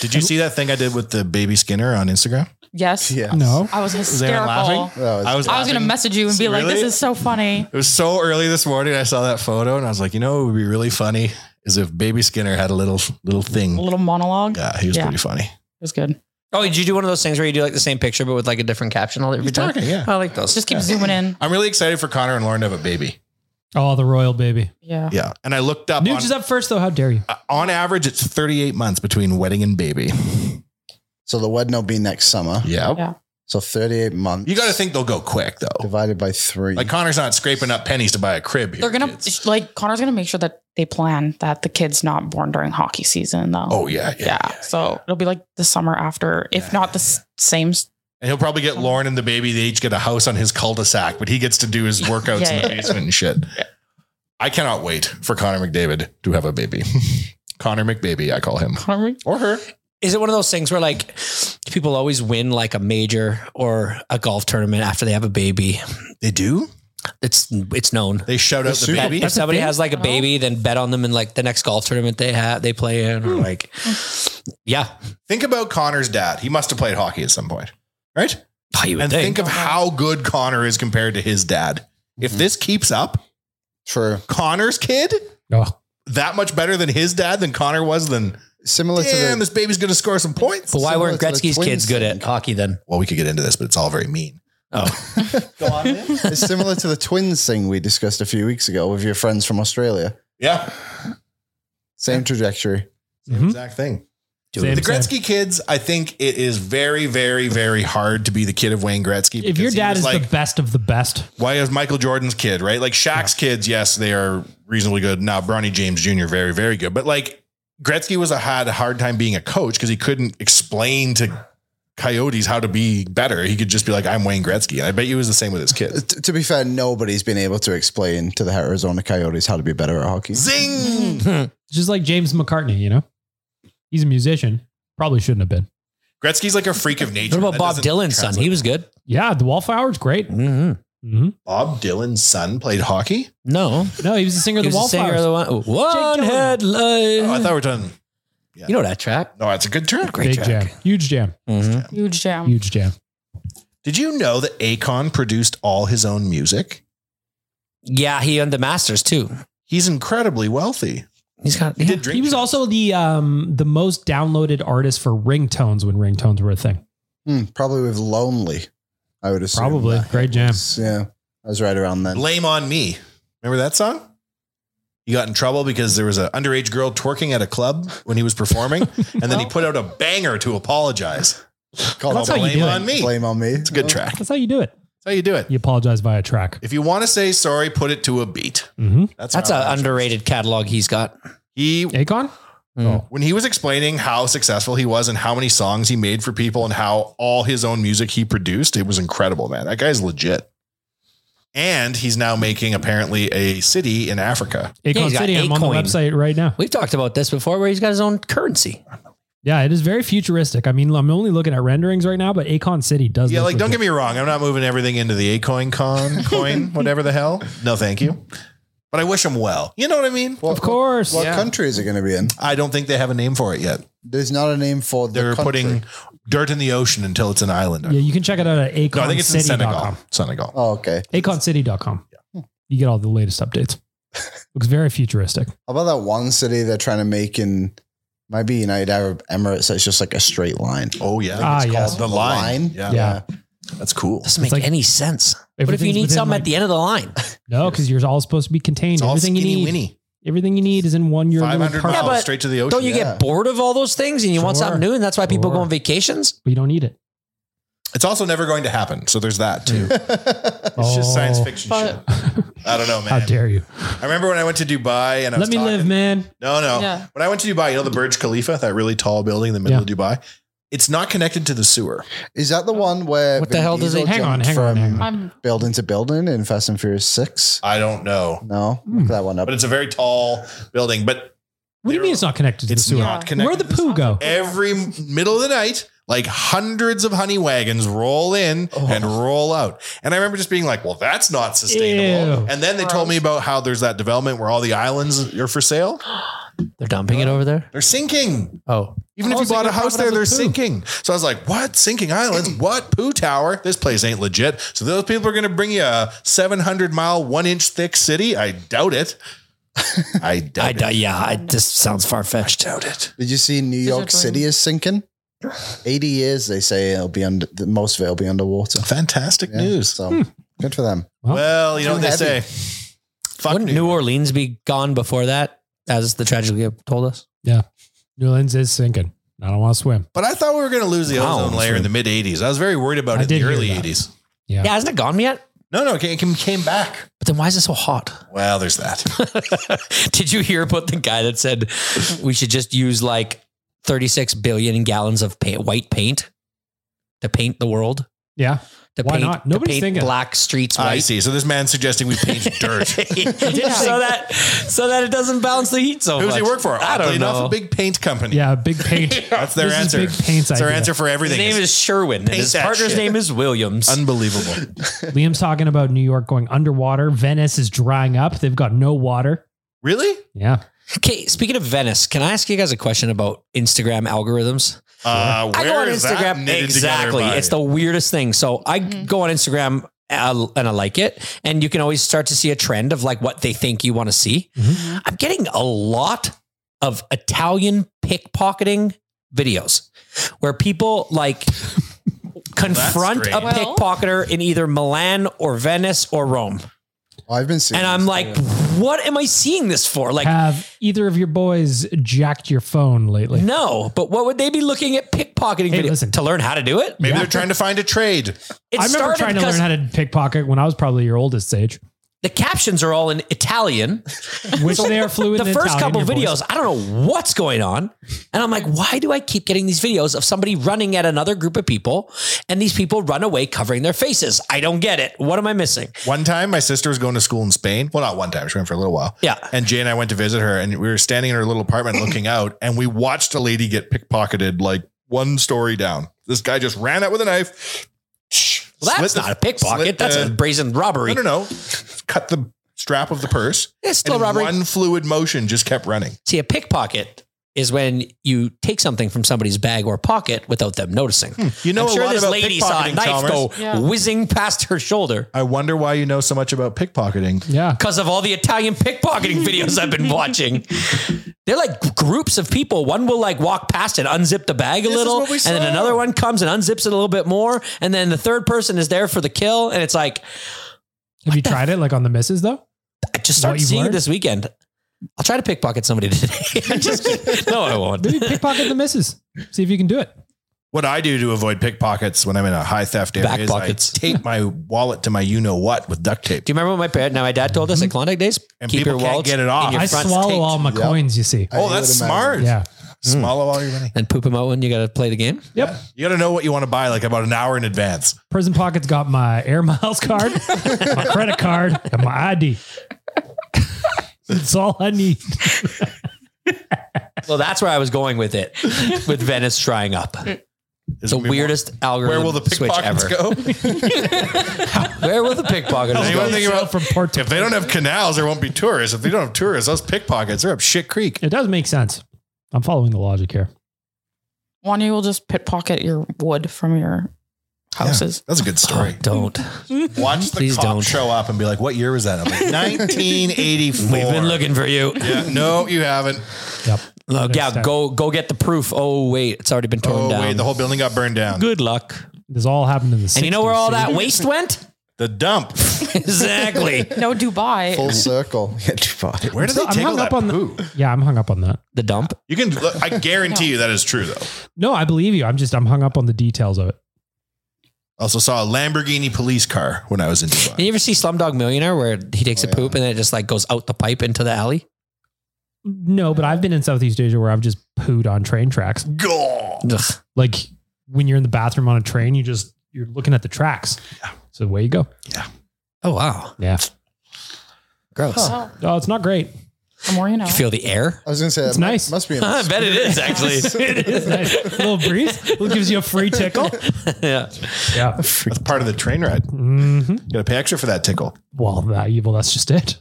Did you see that thing I did with the baby Skinner on Instagram?
yes.
Yeah.
No.
I was
Was Aaron
hysterical.
laughing?
That was-
I was,
I was going to
laughing.
message you and be like,
Really?
this is so funny.
It was so early this morning. I saw that photo and I was like, you know, what would be really funny is if baby Skinner had a little little
A
thing.
little monologue.
Yeah, he was
Yeah.
pretty funny.
It was good.
Oh, did you do one of those things where you do like the same picture but with like a different caption all every time?
talking, yeah.
Oh.
I like those.
Just keep zooming in.
I'm really excited for Connor and Lauren to have a baby.
Oh, the royal baby.
Yeah.
Yeah. And I looked up
Nuge
on,
is up first, though. How dare you?
Uh, on average, it's 38 months between wedding and baby.
So the wedding will be next summer.
Yeah.
Yeah.
So 38 months.
You got to think they'll go quick though.
divided by three.
Like Connor's not scraping up pennies to buy a crib. Here,
They're going
kids.
to, like, Connor's going to make sure that they plan that the kid's not born during hockey season, though.
Oh yeah, yeah.
yeah. So
Oh.
it'll be like the summer after, if not the s- same. s-
And he'll probably get Lauren and the baby. They each get a house on his cul-de-sac, but he gets to do his workouts
Yeah,
in the
yeah.
basement and shit. I cannot wait for Connor McDavid to have a baby. Connor McBaby, I call him,
Connor,
or her.
Is it one of those things where like people always win like a major or a golf tournament after they have a baby?
They do.
It's it's known.
They shout out the
Super-
baby.
If somebody has like a
Oh.
No.
baby, then bet on them in like the next golf tournament they have they play in
Hmm.
or like Yeah.
Think about Connor's dad. He must have played hockey at some point, right?
Oh, you would
And think of how good Connor is compared to his dad. If
Mm-hmm.
this keeps up,
True.
Connor's kid
Oh,
that much better than his dad than Connor was than
Similar
damn
to
this
the,
baby's gonna score some points.
but why
similar
weren't
to the
Gretzky's
twins
kids good at
thing.
hockey then?
Well, we could get into this, but it's all very mean.
it's similar to the twins thing we discussed a few weeks ago with your friends from Australia.
Yeah,
Same trajectory.
same
Mhm.
exact thing.
Same,
the
same.
Gretzky kids, I think it is very, very, very hard to be the kid of Wayne Gretzky.
If your
because he
dad
was
is the
like,
best of the best,
why is Michael Jordan's kid right? Like Shaq's kids, yes, they are reasonably good. Now Bronny James Jr. very, very good, but like Gretzky was a had a hard time being a coach because he couldn't explain to Coyotes how to be better. He could just be like, "I'm Wayne Gretzky." And I bet you it was the same with his kids.
Uh, T- to be fair, nobody's been able to explain to the Arizona Coyotes how to be better at hockey.
Zing!
just like James McCartney, you know, he's a musician. Probably shouldn't have been.
Gretzky's like a freak of nature.
What about
That
Bob
doesn't
Dylan's son?
translate.
He was good. Mm-hmm.
Yeah, the Wallflowers, great. Mhm.
Bob Dylan's son played hockey.
No,
No, he was the singer of
he
the
was the singer
Wallflowers.
of the one, one
Gyllenhaal.
headlight.
Oh, I thought we were done.
You know that track?
No, that's a good track.
Great
Big jam,
track.
huge jam,
Mhm.
Huge jam.
huge jam.
Did you know that Akon produced all his own music?
Yeah, he owned the Masters too.
He's incredibly wealthy.
He's got.
He
yeah.
did drink.
He was also the um the most downloaded artist for ringtones when ringtones were a thing.
Hmm, probably with Lonely, I would assume.
Probably
that
great jam.
was- yeah, I was right around then.
Blame on me. Remember that song? He got in trouble because there was an underage girl twerking at a club when he was performing, and then he put out a banger to apologize.
Called
That's
it
how you
Blame
do it.
on me.
Blame on me.
It's a good track. That's
That's how you do it.
how you do it.
You apologize via track.
If you want to say sorry, put it to a beat.
Mm-hmm.
That's
That's
how
an
I-
underrated catalog he's got.
He
Akon.
when he was explaining how successful he was and how many songs he made for people and how all his own music he produced, it was incredible, man. That guy's legit. And he's now making apparently a city in Africa.
he's
Akon
got
City. I'm on the
Acoin.
website right now.
We've talked about this before, where he's got his own currency.
Yeah, it is very futuristic. I mean, I'm only looking at renderings right now, but Akon City does.
Yeah,
look
like don't
legit.
get me wrong, I'm not moving everything into the Acoin con coin, whatever the hell. No, thank you. But I wish him well. You know what I mean?
What-
Of course.
What country is it going to be in?
I don't think they have a name for it yet.
There's not a name for the
They're
country.
putting dirt in the ocean until it's an island.
Yeah, you can check it out at
no, I think it's in
aconcity.com.
Senegal. Senegal.
Oh, okay.
Aconcity.com. You get all the latest updates. Looks very futuristic.
How about that one city they're trying to make in? Might be United Arab Emirates. That's just like a straight line.
Oh yeah.
Ah,
It's
yes.
called the line.
Line?
Yeah.
Yeah.
That's cool.
Doesn't make
like-
any sense. What if you
Everything's
need
within,
something
like-
at the end of the line?
No, because yours all supposed to be contained.
It's all
everything you
skinny
need.
winny.
Everything you need is in one. Your
Five
little
hundred
apartment,
miles
Yeah, but
straight to the ocean.
Don't you
yeah.
get bored of all those things and you want
Sure.
something new? And that's why people
Sure.
go on vacations.
but you don't need it.
It's also never going to happen. So there's that too. it's
Oh.
just science fiction
But-
shit. I don't know, man.
How dare you?
I remember when I went to Dubai and I was
Let me
talking-
live, man.
No, no.
Yeah.
When I went to Dubai, you know the Burj Khalifa, that really tall building in the middle of Dubai. It's not connected to the sewer.
Is that the one where
What the hell does it-
Hang on,
jumped
hang on, hang on.
I'm
building to building in Fast and Furious Six?
I don't know,
No,
Hmm.
look that one up.
but it's a very tall building. But
What do you mean it's not connected to
it's
the sewer?
not connected.
Where the
to sewer.
poo go?
Every middle of the night, like hundreds of honey wagons roll in
Oh.
and roll out. And I remember just being like, well, that's not sustainable.
Ew.
And then they told me about how there's that development where all the islands are for sale.
They're dumping it over there.
They're sinking.
Oh,
Even if
Oh,
you
so
bought a
you're
house there,
profiting
they're
with poo.
sinking. So I was like, what? Sinking islands? what? Poo tower? This place ain't legit. So those people are going to bring you a 700 mile, one inch thick city? I doubt it. I doubt
I,
it.
d- yeah, I, this sounds far fetched. Doubt it.
Did you see New York
dream.
City is sinking? Eighty years, they say it'll be under. the- Most of it will be underwater.
Fantastic
Yeah,
news.
So
Hmm.
good for them.
Well, you know what they
Too
say.
heavy.
Fuck
Wouldn't
New,
New Orleans be gone before that, as the tragedy told us?
New Orleans is sinking. I don't want to swim.
But I thought we were going to lose the
Wow.
ozone layer in the mid '80s. I was very worried about
I
it in
did
the
hear
early
that.
'80s.
Yeah.
Yeah, hasn't it gone yet?
No, no, it came, came back.
But then why is it so hot?
Well, there's that.
Did you hear about the guy that said we should just use like 36 billion gallons of paint, white paint to paint the world?
Yeah.
To
Why
paint,
not?
to
Nobody's
paint
thinking.
black streets
I
white.
see. So this man's suggesting we paint dirt.
so that so that it doesn't bounce the heat so
Who does
much.
he work for?
I don't
Oddly
know.
enough, a big paint company.
Yeah. Big paint.
that's their
This is
answer.
big paint's
That's their
idea.
answer for
His
everything.
name is Sherwin. And
Paint
his
that
partner's
shit.
name is Williams.
unbelievable.
Liam's talking about New York going underwater. Venice is drying up. They've got no water.
really?
Yeah.
okay, speaking of Venice, can I ask you guys a question about Instagram algorithms?
Uh,
I go on
is that
Instagram
knitted together
exactly.
by?
It's the weirdest thing. So I
Mm-hmm.
go on Instagram uh, and I like it, and you can always start to see a trend of like what they think you want to see.
Mm-hmm.
I'm getting a lot of Italian pickpocketing videos where people like confront a
strange.
Well-
pickpocketer in either Milan or Venice or Rome.
I've been seeing.
And I'm like, what am I seeing this for? Like,
Have either of your boys jacked your phone lately?
no, but what would they be looking at pickpocketing video to learn how to do it?
Maybe Yeah. they're trying to
find a trade.
It
I remember
started
trying to
because
learn how to pickpocket when I was probably your oldest age.
the captions are all in Italian,
Which they are fluent
The
in
first
Italian,
couple
your
videos,
boys.
I don't know what's going on, and I'm like, why do I keep getting these videos of somebody running at another group of people, and these people run away covering their faces? I don't get it. What am I missing?
One time, my sister was going to school in Spain. Well, not one time. She went for a little while.
Yeah.
And Jay and I went to visit her, and we were standing in her little apartment looking out, and we watched a lady get pickpocketed like one story down. This guy just ran out with a knife.
Well, that's
slit
not a pickpocket.
slit
That's a brazen robbery.
No, no, no. Cut the strap of the purse.
It's still
and
robbery.
One fluid motion just kept running.
See, a pickpocket is when you take something from somebody's bag or pocket without them noticing.
Hmm. You know
I'm
a
sure
lot
this
about
lady saw a
pickpocketing,
knife
Chalmers.
go
Yeah.
whizzing past her shoulder
I wonder why you know so much about pickpocketing.
Yeah.
because of all the Italian pickpocketing videos I've been watching. They're like g- groups of people. One will like walk past and unzip the bag a
This is
little,
what we
and then
saw.
another one comes and unzips it a little bit more, and then the third person is there for the kill, and it's like
Have you tried it like on the misses though?
I just
What
started
you've
seeing it
learned?
this weekend. I'll try to pickpocket somebody today. I just kidding. no, I won't.
Maybe pickpocket the misses. See if you can do it.
What I do to avoid pickpockets when I'm in a high theft area
Back
is I
pockets.
tape my wallet to my you know what with duct tape.
Do you remember what my parent, now my dad told us at Klondike Days?
Mm-hmm. And people can't
wallets
get it
in
off.
your
I
front
swallow
taped.
all my coins, you see.
Oh, that's smart.
Yeah.
Swallow all your money.
and poop them out when you got to play the game.
Yep.
You got to know what you want to buy like about an hour in advance.
Prison Pocket's got my air miles card, my credit card, and my ID. That's all I need.
Well, that's where I was going with it, with Venice trying up.
It's
the
gonna be more-
weirdest algorithm
Where will the
switch
pickpockets
ever.
go?
Where will the pickpocketers
Anyone
go?
thinking about
From Port to
if they don't have canals, there won't be tourists. If they don't have tourists, those pickpockets are up shit creek.
It does make sense. I'm following the logic here.
One, you will just pickpocket your wood from your houses.
That's a good story.
Don't.
Watch the
Oh, Please
cop
don't.
show up and be like, "What year was that?" I'm like, "1984."
We've been looking for you.
Yeah, no, you haven't.
Yep.
Look,
Next
yeah,
time.
go go get the proof. Oh wait, it's already been torn
Oh
down.
wait, the whole building got burned down.
Good luck.
This all happened in the 60s.
And you know where all
see?
that waste went?
The dump.
exactly.
No Dubai.
Full circle. Yeah, Dubai.
Where did they
I'm
take all
hung
that
up on the-
poo?
Yeah, I'm hung up on that.
The dump.
You can. Look, I guarantee you that is true though.
No, I believe you. I'm just I'm hung up on the details of it.
Also saw a Lamborghini police car when I was in Dubai.
Did you ever see Slumdog Millionaire where he takes
Oh,
a poop and then it just like goes out the pipe into the alley?
No, but I've been in Southeast Asia where I've just pooed on train tracks.
Go.
Ugh.
Like when you're in the bathroom on a train, you just you're looking at the tracks. Yeah. So away you go.
Oh wow,
Yeah.
gross.
Oh,
Oh, it's not great.
the more you know.
You feel the air?
I was going to say,
It's
it mu-
nice.
Must be.
I
nice.
bet it is actually.
it is nice. little breeze. It gives you a free tickle.
yeah.
Yeah.
That's part of the train ride.
hmm
You got to pay extra for that tickle.
Well, that evil. That's just it.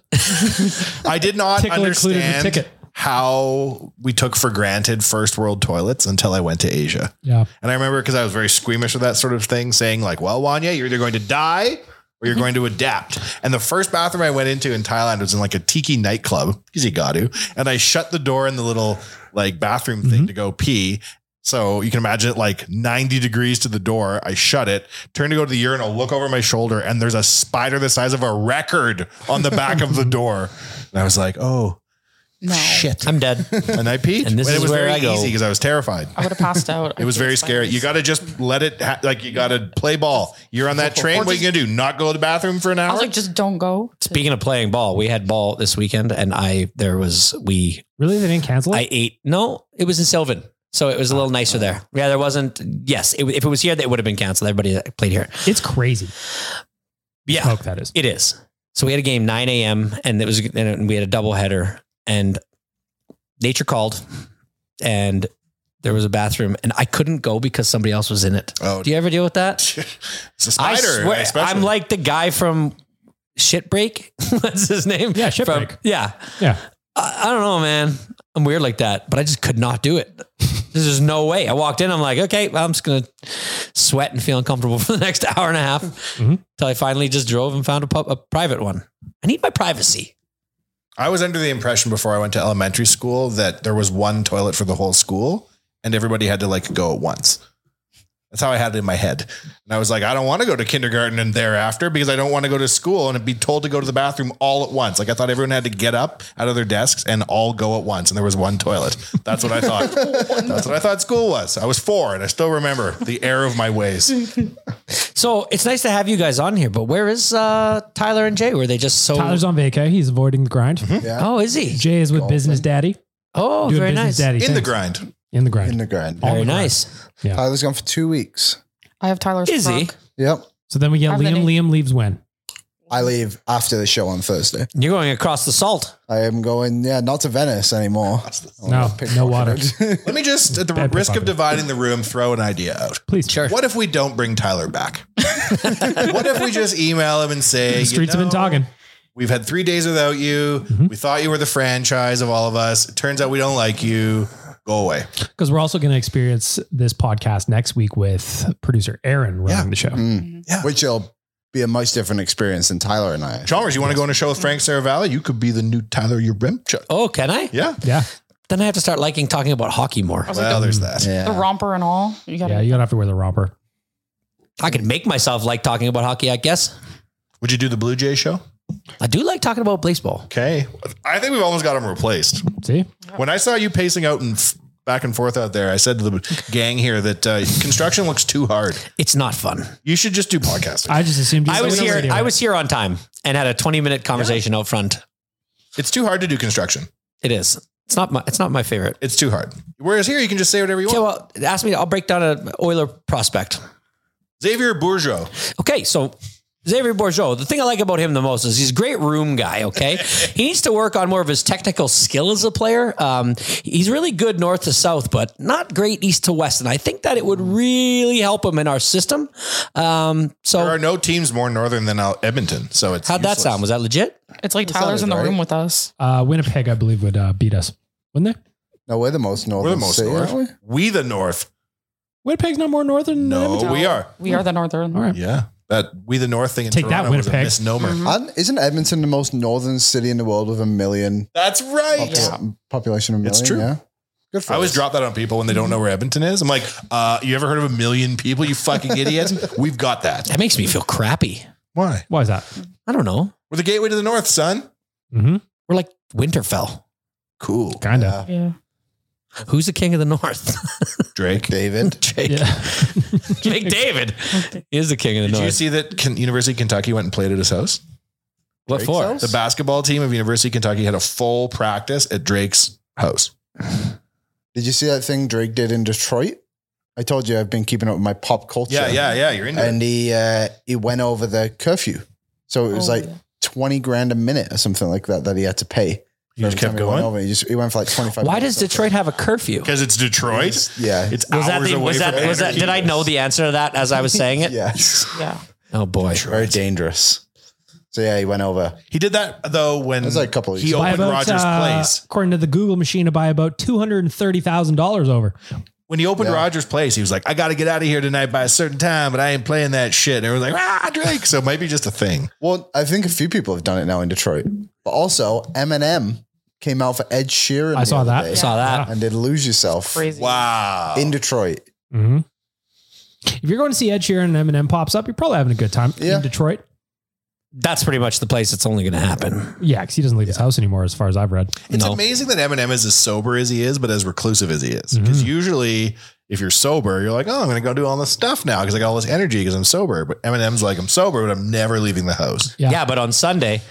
I did not
Tickle included with
understand
ticket.
how we took for granted first world toilets until I went to Asia.
Yeah.
And I remember because I was very squeamish with that sort of thing, saying like, "Well, Wanya, you're either going to die or you're going to adapt." And the first bathroom I went into in Thailand was in like a tiki nightclub, easy gadu, and I shut the door in the little like bathroom thing
Mm-hmm.
to go pee. So you can imagine it like 90 degrees to the door. I shut it, turn to go to the urinal, look over my shoulder, and there's a spider the size of a record on the back of the door. And I was like, oh
No.
shit.
I'm dead.
And I peed.
And this
it
is
was
where
very
I go.
easy because I was terrified.
I would have passed out.
It was
I feel
very scary.
spiders.
You got to just let it, ha- like, you got to play ball. You're on that train.
Or
What you going to do? Not go to the bathroom for an
I
hour?
was like, just don't go.
Speaking of playing ball, we had ball this weekend, and I there was we
Really, they didn't cancel it.
I ate no, it was in Sylvan, so it was a little nicer there. Yeah, there wasn't. Yes, it, if it was here, it would have been canceled. Everybody that played here.
it's crazy.
Yeah,
Smoke that is.
It is. So we had a game 9 a.m. and it was and we had a double header and nature called and there was a bathroom and I couldn't go because somebody else was in it.
Oh.
Do you ever deal with that?
it's a
I
spider.
swear,
especially.
I'm like the guy from Shit Break. What's his name?
Yeah, Shit
From-
Break.
Yeah.
Yeah.
I, I don't know, man. I'm weird like that, but I just could not do it. There's just no way. I walked in. I'm like, okay, well, I'm just gonna sweat and feel uncomfortable for the next hour and a half
Mhm.
till I finally just drove and found a, pub, a private one. I need my privacy.
I was under the impression before I went to elementary school that there was one toilet for the whole school and everybody had to like go at once. That's how I had it in my head. And I was like, I don't want to go to kindergarten and thereafter because I don't want to go to school and be told to go to the bathroom all at once. Like I thought everyone had to get up out of their desks and all go at once. And there was one toilet. That's what I thought. That's what I thought school was. I was four and I still remember the error of my ways.
So it's nice to have you guys on here, but where is uh, Tyler and Jay? Were they just so?
Tyler's on vacay. He's avoiding the grind.
Oh, is he?
Jay is with business daddy.
Oh,
Doing
very nice.
business daddy In the things.
grind.
In the grind.
In the grind.
Very nice.
Yeah.
Tyler's gone for two weeks.
I have Tyler's.
Is he?
truck.
Yep.
So then we get
Have the
Liam. Liam leaves when?
I leave after the show on Thursday.
You're going across the salt.
I am going, yeah, not to Venice anymore.
No, no water.
Let me just, at the
Bad
risk of
pickpocket.
dividing the room, throw an idea out.
Please.
Sure.
What if we don't bring Tyler back? what if we just email him and say,
The streets
you
have been
know,
talking. Mm-hmm.
We've had three days without you. We thought you were the franchise of all of us. It turns out we don't like you. Go away.
Because we're also going to experience this podcast next week with producer Aaron running
Yeah.
the show.
Yeah.
Which will be a much different experience than Tyler and I.
uh, Chalmers, you want to go on a show with Frank Saravalla? You could be the new Tyler Uremchuk.
Oh, can I?
Yeah.
Yeah.
Then I have to start liking talking about hockey more.
Well, there's that.
Yeah.
The romper and all. You gotta
Yeah. You don't have to wear the romper.
I could make myself like talking about hockey, I guess.
Would you do the Blue Jay show?
I do like talking about baseball.
Okay. I think we've almost got him replaced.
See?
When I saw you pacing out and f- back and forth out there, I said to the gang here that uh, construction looks too hard.
It's not fun.
You should just do podcasting.
I just assumed you
I was
we don't
here.
really do
I
it.
was here on time and had a 20 minute conversation out front.
it's too hard to do construction.
It is. It's not my. It's not my favorite.
It's too hard. Whereas here, you can just say whatever you
Okay,
want.
well, ask me. I'll break down an Euler prospect.
Xavier Bourgeois.
Okay, so Xavier Bourgeau, the thing I like about him the most is he's a great room guy, okay? he needs to work on more of his technical skill as a player. Um, he's really good north to south, but not great east to west. And I think that it would
Hmm.
really help him in our system. Um,
There are
so,
no teams more northern than Al- Edmonton, so it's
how'd that
useless.
sound? Was that legit?
It's like
That
Tyler's in
sounded
the room
right.
with us.
Uh, Winnipeg, I believe, would uh, beat us, wouldn't they?
No, we're the most northern.
We're the most
city,
north.
aren't we?
We the north.
Winnipeg's not more northern. than
No,
Edmonton.
we are.
We are the northern.
All right.
Yeah, that we the north thing in
Take that,
Toronto was a
Winnipeg.
misnomer.
And isn't Edmonton the most northern city in the world with a million
That's right.
popu- population of a million?
It's true.
Yeah. Good for
I always
us.
drop that on people when they don't know where Edmonton is. I'm like, uh, you ever heard of a million people? You fucking idiots. We've got that.
That makes me feel crappy.
Why?
Why is that?
I don't know.
We're the gateway to the north, son.
Mm-hmm.
We're like Winterfell.
Cool.
Kind of.
Yeah.
Yeah.
Who's the king of the north?
Drake.
David.
Jake.
Yeah.
McDavid is the king of the
Did you
north.
see that Ken- University of Kentucky went and played at his house?
what
Drake's
for?
house?
The basketball team of University of Kentucky had a full practice at Drake's house.
Did you see that thing Drake did in Detroit? I told you I've been keeping up with my pop culture.
Yeah, yeah, yeah. You're into it.
And he uh, he went over the curfew, so it was
Oh,
like
yeah.
twenty grand a minute or something like that that he had to pay.
He just
Every time
kept
He went,
going
over, he, just, he went for like twenty five.
Why does Detroit have a curfew?
because it's Detroit.
Yeah.
It's
Was that,
hours
the,
away
was,
from
that, was that
anarchy.
did I know the answer to that as I was saying it?
Yes.
Yeah.
Oh boy.
Very dangerous. So yeah, he went over.
He did that though when
It was like a couple of
he
years
By
opened
about,
Rogers
uh,
Place.
According to the Google machine, by about two hundred and thirty thousand dollars over.
When he opened
Yeah.
Rogers Place, he was like, "I got to get out of here tonight by a certain time, but I ain't playing that shit." And everyone's like, "Ah, Drake." So it might be just a thing.
Well, I think a few people have done it now in Detroit, but also Eminem came out for Ed Sheeran.
I
the
saw
other
that.
day
I saw that.
and did lose yourself
Crazy.
Wow.
in Detroit.
Mm-hmm. If you're going to see Ed Sheeran and Eminem pops up, you're probably having a good time
Yeah.
in Detroit.
That's pretty much the place that's only going to happen.
Yeah, because he doesn't leave his house anymore, as far as I've read.
It's
no.
amazing that Eminem is as sober as he is, but as reclusive as he is. Because
Mm-hmm.
usually, if you're sober, you're like, "Oh, I'm gonna go do all this stuff now because I got all this energy because I'm sober." But Eminem's like, "I'm sober, but I'm never leaving the house."
Yeah.
Yeah. but on Sunday,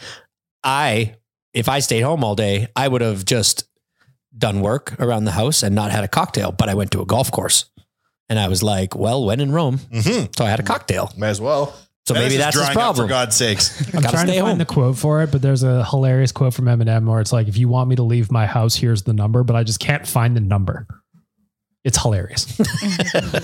I if I stayed home all day, I would have just done work around the house and not had a cocktail, but I went to a golf course. And I was like, well, when in Rome,
Mm-hmm.
so I had a cocktail.
Might as well.
So maybe
Venice is
that's his
drying up,
problem.
For God's sakes,
I'm
Gotta
trying to
stay
find
home.
the quote for it, but there's a hilarious quote from Eminem where it's like, "If you want me to leave my house, here's the number," but I just can't find the number. It's hilarious.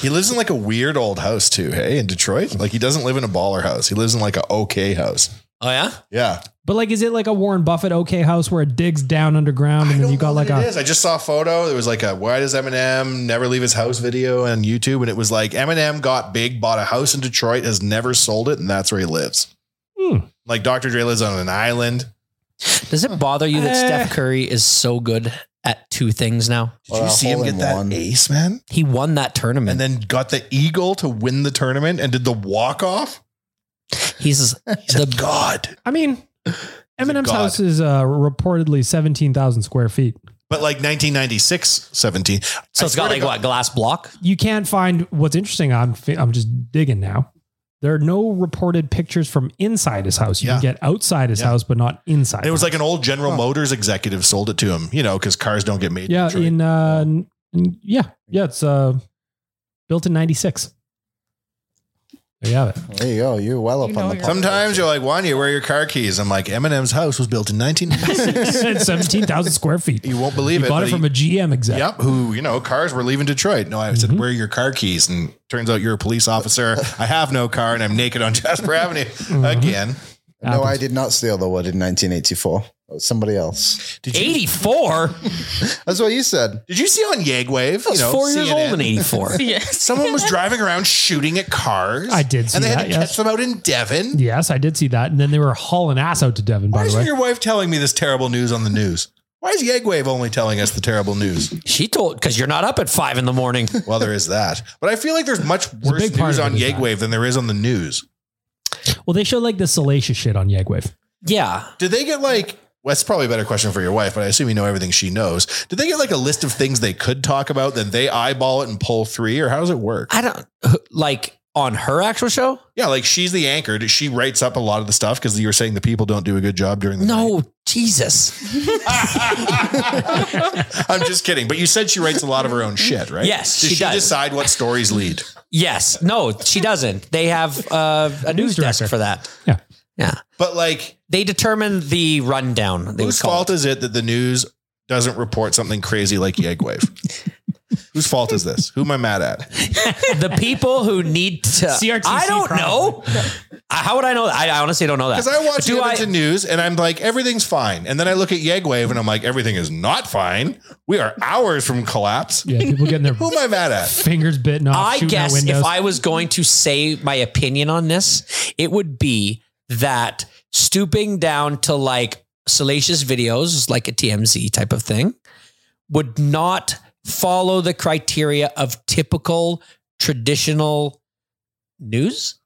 he lives in like a weird old house too. Hey, in Detroit, like he doesn't live in a baller house. He lives in like a okay house.
Oh yeah,
Yeah.
but like, is it like a Warren Buffett OK house where it digs down underground and
I
then
don't
you got
know
like
what it
a
is. I just saw a photo. There was like a why does Eminem never leave his house video on YouTube, and it was like Eminem got big, bought a house in Detroit, has never sold it, and that's where he lives.
Hmm.
Like Dr. Dre lives on an island.
does it bother you that
Eh.
Steph Curry is so good at two things now.
Did you Well, see him hole in get that one. ace, man?
He won that tournament.
and then got the eagle to win the tournament and did the walk off.
He's, the
god.
I mean, Eminem's
god.
house is uh, reportedly 17,000 square feet.
But like 1996, 17.
So it's got like what glass block?
You can't find what's interesting. I'm fi- I'm just digging now. There are no reported pictures from inside his house. You can
Yeah.
get outside his house, but not inside.
And it was
his
like an old General Motors executive sold it to him, you know, because cars don't get made. in
house. yeah,
Detroit.
in uh, n- n- yeah, yeah. It's uh, built in '96. There you have it.
There you go. You're well up on the pop.
Sometimes you're like, Wanya, where are your car keys? I'm like, Eminem's house was built in 1996.
Seventeen thousand square feet.
You won't believe
He
it.
Bought
but
it from a GM exec.
Yep, who, you know, cars were leaving Detroit. No, I said,
Mm-hmm.
Where are your car keys? And turns out you're a police officer. I have no car and I'm naked on Jasper Avenue
Mm-hmm.
again.
No, I did not steal the word in 1984. That was somebody else.
Did
you? 84?
That's what you said.
Did you see on Yagwave?
I was four years old in
84.
Someone was driving around shooting at cars.
I did see
And they
that.
had to
yes.
catch them out in Devon.
Yes, I did see that. And then they were hauling ass out to Devon.
Why
By the way,
isn't your wife telling me this terrible news on the news? Why is Yegwave only telling us the terrible news?
She told because you're not up at five in the morning.
well, there is that. But I feel like there's much worse
big part
news
of
on
it is that.
Yegwave than there is on the news.
well, they showed like the salacious shit on Yegwave.
Yeah.
Did they get like well, that's probably a better question for your wife, but I assume you know everything she knows. Did they get like a list of things they could talk about, then they eyeball it and pull three, or how does it work?
I don't like on her actual show.
Yeah, like she's the anchor. Does She writes up a lot of the stuff because you were saying the people don't do a good job during the
No, Jesus.
I'm just kidding. But you said she writes a lot of her own shit, right?
Yes,
Does she,
she does.
decide what stories lead?
Yes. No, she doesn't. They have uh, a news desk for that.
Yeah.
Yeah.
But like
they determine the rundown. They
Whose
would call
fault is it that the news doesn't report something crazy like Yegwave? Whose fault is this? Who am I mad at?
it. the people who need to.
CRTC
I don't know. I- How would I know that? I, I honestly don't know that.
Because I watch
Do
the
I-
Edmonton news and I'm like, everything's fine. And then I look at Yegwave and I'm like, everything is not fine. We are hours from collapse.
Yeah, people getting their
Who am I mad at?
fingers bitten off.
I
shooting out
guess if
windows.
I was going to say my opinion on this, it would be that stooping down to like salacious videos, like a TMZ type of thing, would not follow the criteria of typical traditional news.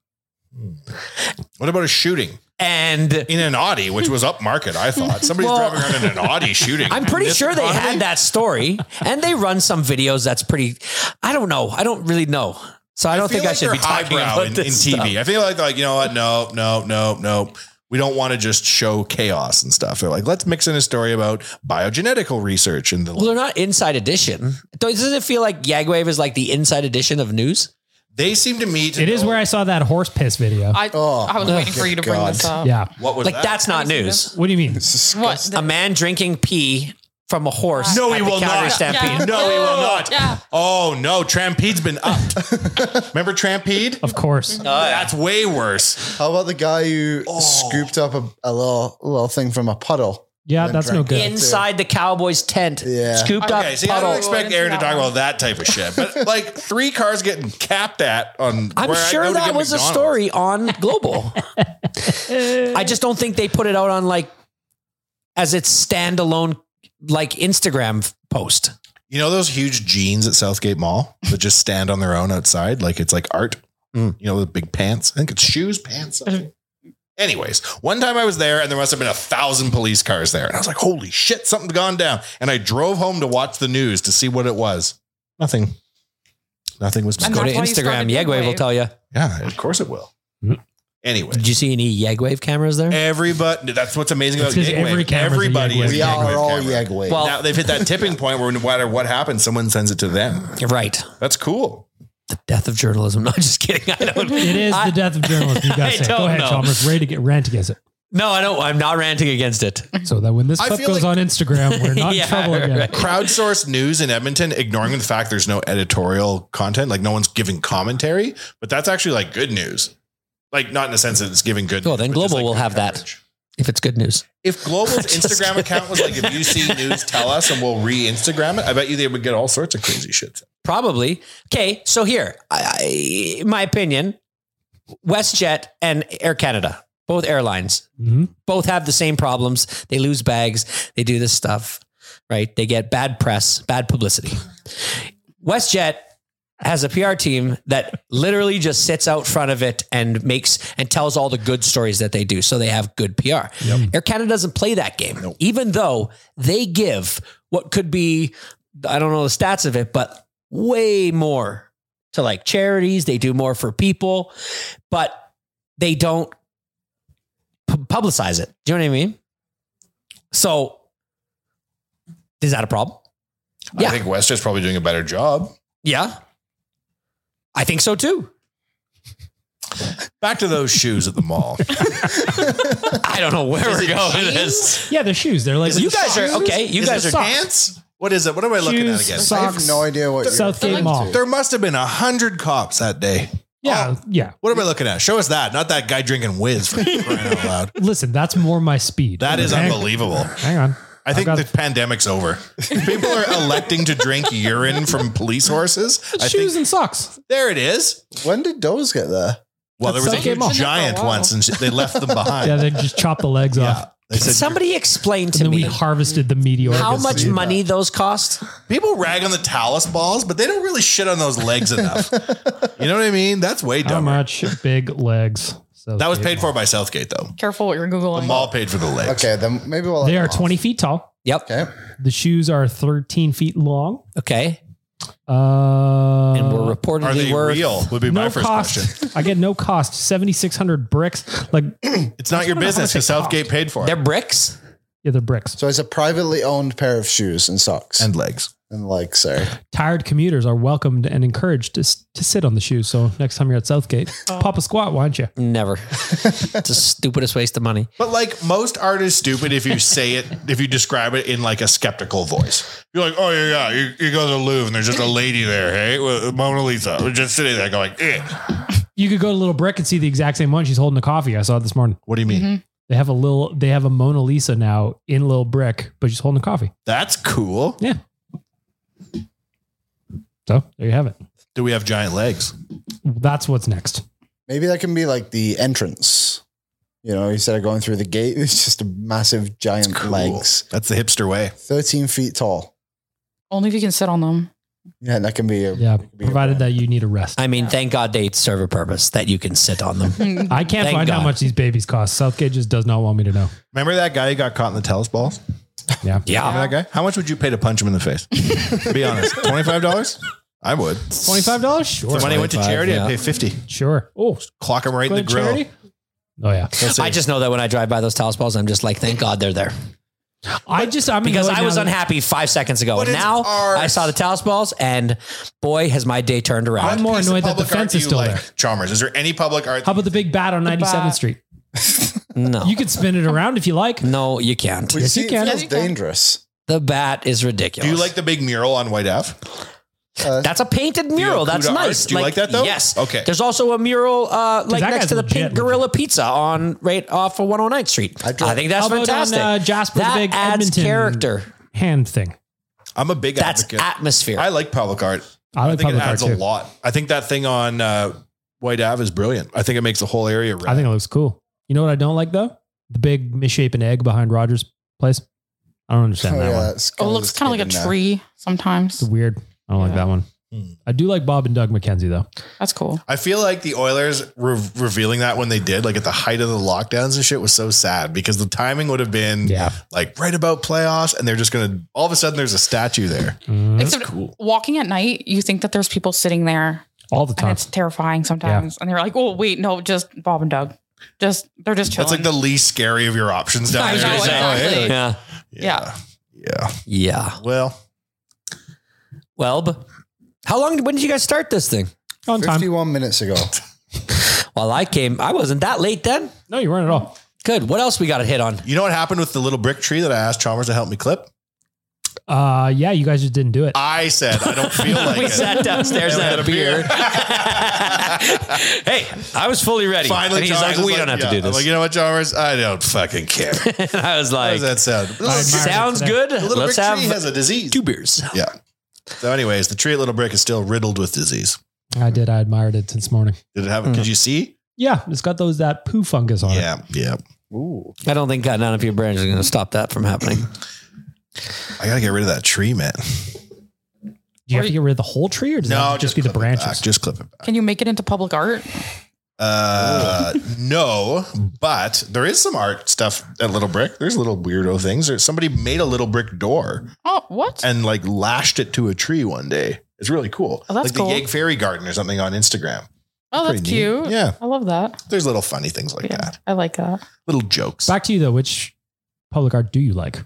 What about a shooting?
And
In an Audi, which was upmarket, I thought. Somebody's
Well-
driving around in an Audi shooting.
I'm pretty
In this
sure they
economy?
had that story and they run some videos that's pretty, I don't know. I don't really know. So I don't
feel
think I
like
should
they're
be talking
highbrow
about
in,
this
in TV.
stuff.
I feel like they're like you know what? No, no, no, no. We don't want to just show chaos and stuff. They're like, let's mix in a story about biogenetical research and the.
Well, they're not Inside Edition. Doesn't it feel like Yagwave is like the Inside Edition of news?
They seem to me. To
it is where I saw that horse piss video.
I, I was waiting for you to bring
Oh,
this up.
yeah.
What was
like
that?
that's not news.
What do you mean?
What?
A man drinking pee from a horse.
No,
at
he
the
will
Calgary
not.
Stampede.
Yeah.
No, he will not.
Yeah.
Oh no, Trampede's been upped. Remember Trampede?
Oh,
Of course.
That's way worse.
How about the guy who scooped up a, a little little thing from a puddle?
Yeah,
Then
that's no
drank
good.
Inside the Cowboys tent,
Yeah.
scooped
Okay,
up
see, I
puddle.
don't expect Aaron to talk about that type of shit, but like three cars getting capped at on.
I'm
where I
sure
go to
that
get
was a
McDonald's.
story on Global. I just don't think they put it out on like as its standalone like Instagram f- post.
You know those huge jeans at Southgate Mall that just stand on their own outside, like it's like art. You know the big pants. I think it's shoes, pants. something. Anyways, one time I was there and there must have been a thousand police cars there, and I was like, "Holy shit, something's gone down!" And I drove home to watch the news to see what it was. Nothing. Nothing was.
And
Go to
that's why you
Instagram.
started
Yegwave
Yegwave.
will tell you.
Yeah, of course it will. Anyway,
Did you see any Yegwave cameras there?
everybody. That's what's amazing about
'cause
Yegwave.
every camera's a
everybody
Yegwave.
is a
We are
Yegwave
all
camera.
Yegway.
Well-
now they've hit that tipping point where no matter what happens, someone sends it to them.
You're right.
That's cool.
The death of journalism. No, just kidding. I don't.
It is
I-
the death of journalism. You
I
guys say. Go
don't
ahead,
know.
Chalmers. Ready to get rant against it.
No, I don't. I'm not ranting against it.
So that when this
I
clip
feel
goes
like-
on Instagram, we're not
Yeah,
in trouble again.
right.
crowdsourced news in Edmonton, ignoring the fact there's no editorial content, like no one's giving commentary, but that's actually like good news. Like not in the sense that it's giving good.
Well, then
but just,
Global
like,
will
good
have that. If it's good news,
If Global's
Just
Instagram
kidding.
account was like, if you see news, tell us, and we'll re-Instagram it. I bet you they would get all sorts of crazy shit.
probably. Okay, so here, I, I, my opinion: WestJet and Air Canada, both airlines,
Mhm.
both have the same problems. They lose bags. They do this stuff. right? They get bad press, bad publicity. WestJet has a PR team that literally just sits out front of it and makes and tells all the good stories that they do. So they have good PR. Air Canada doesn't play that game, even though they give what could be, I don't know the stats of it, but way more to like charities. They do more for people, but they don't pu- publicize it. Do you know what I mean? So is that a problem?
I think WestJet's probably doing a better job.
Yeah. I think so too.
Back to those shoes at the mall.
I don't know where we're going with this.
Yeah, they're shoes. They're like
You guys are okay. You
Is
guys
it
are
pants. What is it? What am I looking
Shoes,
at again?
socks. I have no idea what you're Southgate referring Mall. to.
There must have been a hundred cops that day.
Yeah, yeah.
What am I looking at? Show us that, not that guy drinking whiz for crying out loud.
Listen, that's more my speed.
That is
Hang-
unbelievable.
Hang on.
I think
I've
the pandemic's over. People are electing to drink urine from police horses. I
shoes
think
and socks.
there it is.
When did those get there?
Well, there was a
Southgate
huge
Mall.
giant once, and they left them behind.
Yeah, they just chop the legs off.
They
Can
said,
somebody explain
And
to
then we
me
harvested the meteor.
how much money those cost?
People rag on the talus balls, but they don't really shit on those legs enough. you know what I mean? That's way
How
dumb.
much big legs? So
That was paid for by Southgate, though.
Careful what you're
The
googling.
mall paid for the legs.
Okay, then maybe we'll.
They are 20 feet tall.
Yep.
Okay.
The shoes are 13 feet long.
Okay.
Uh,
And we're reportedly
Are they
worth
real? Would be my
no
first
cost.
question.
I get no cost. 7,600 bricks. Like,
It's not your
wanna know how
business
much it
because Southgate paid for
they're
it.
bricks.
yeah, they're bricks.
So it's a privately owned pair of shoes and socks and,
And legs.
like, sorry,
Tired commuters are welcomed and encouraged to, s- to sit on the shoes. So next time you're at Southgate,
Oh.
pop a squat, why don't you?
Never. it's the stupidest waste of money.
But like most art is stupid if you say it, if you describe it in like a skeptical voice. You're like, oh yeah, yeah. You, you go to the Louvre and there's just a lady there, hey, with Mona Lisa, We're just sitting there going, eh.
You could go to Little Brick and see the exact same one. She's holding a coffee. I saw it this morning.
What do you mean?
They have a little, they have a Mona Lisa now in Little Brick, but she's holding a coffee.
That's cool.
Yeah. So there you have it.
Do we have giant legs?
That's what's next.
maybe that can be like the entrance. You know, instead of going through the gate, it's just a massive giant legs,
That's the hipster way.
thirteen feet tall.
Only if you can sit on them.
Yeah, that can be a
Yeah.
be a
Provided that you need a rest.
I mean, thank God they serve a purpose that you can sit on them.
I can't
Thank
find
God.
how much these babies cost. Southgate just does not want me to know.
Remember that guy who got caught in the tennis balls?
Yeah.
yeah.
Remember that guy? How much would you pay to punch him in the face? Be honest. $25? I would.
$25?
The
Sure.
money went to
25,
charity,
yeah.
I'd pay 50
Sure. Oh,
Clock him right in the
good
grill.
charity. Oh yeah.
I just know that when I drive by those talus balls, I'm just like, thank God they're there.
I just I'm
Because
annoyed
I was
now that-
unhappy five seconds ago.
But
And
it's
now
art.
I saw the talus balls, and boy, has my day turned around.
I'm more
Piece of
annoyed that the
public art
fence
do
is
you
still
like?
there.
Chalmers, is there any public art?
How about the big bat on 97th
bat.
Street?
no.
You could spin it around if you like.
no, you can't.
We
Yes,
see
you
it
can.
feels dangerous.
The bat is ridiculous.
do you like the big mural on White Ave?
That's a painted mural. That's
Okuda
nice.
art? Do you like that, though?
Yes.
Okay.
There's also a mural uh, like
that
next
guy's
to the
legit
Pink
looking.
Gorilla Pizza on right off of 109th Street. I,
drove-
think that's
How about
fantastic.
on, uh, Jasper's
that
big
adds
Edmonton
character.
hand thing?
I'm a big
That's
advocate.
atmosphere.
I like public art.
I
I
like
think it
public art
adds a
too.
lot. I think that thing on uh, White Ave is brilliant. I think it makes the whole area. Rad.
I think it looks cool. You know what I don't like though? The big misshapen egg behind Rogers' place. I don't understand
Oh,
that
yeah,
one.
it's
It
kinda
looks
just
kind of like
hidden
a
there.
tree sometimes.
It's weird. I don't like
Yeah.
that one.
Hmm.
I do like Bob and Doug McKenzie though.
That's cool.
I feel like the Oilers re- revealing that when they did, like at the height of the lockdowns and shit, was so sad because the timing would have been
Yeah.
like right about playoffs, and they're just gonna all of a sudden there's a statue there.
Except walking at night, you think that there's people sitting there,
All the
and
time.
it's terrifying sometimes. And they're like, "Oh, wait, no, just Bob and Doug. Just they're just chilling."
That's like the least scary of your options down
I
there.
know,
It's like, oh, hey,
exactly.
yeah.
yeah.
yeah.
Yeah.
Well,
Well, how long? When did you guys start this thing?
On time.
Fifty-one minutes ago.
Well, I came. I wasn't that late then.
No, you weren't at all.
Good. What else we got to hit on?
you know what happened with the little brick tree that I asked Chalmers to help me clip?
Uh, yeah, you guys just didn't do it.
I said I don't feel like
we
it.
sat downstairs and had a beer. hey, I was fully ready.
Finally,
and he's
Chalmers
like,
is
"We don't have
yeah."
to do
I'm
this."
like, you know what, Chalmers? I don't fucking care. How
and I was like,
does that sound?
admire that
"Sounds
today.
good.
The little
Let's
brick
have
tree has a disease.
two beers."
Yeah. So, anyways, the tree at Little Brick is still riddled with disease.
I did. I admired it this morning.
Did it have? Could you see?
Yeah, it's got those that poo fungus on Hmm. it.
Yeah, yeah.
I don't think cutting out a few branches is going to stop that from happening.
I gotta get rid of that tree, man.
Do you have to get rid of the whole tree or does
No,
it have to just, be the branches?
Just clip it.
Can you make it into public art?
Uh, no, but there is some art stuff at Little Brick. There's little weirdo things. There's somebody made a little brick door
Oh, what?
and like lashed it to a tree one day. It's really cool.
Oh, that's
like
cool.
the Yeg Fairy Garden or something on Instagram.
Oh, that's
Pretty neat.
cute.
Yeah.
I love that.
There's little funny things like
Yeah,
that.
I like that.
Little jokes.
Back to you though, which public art do you like?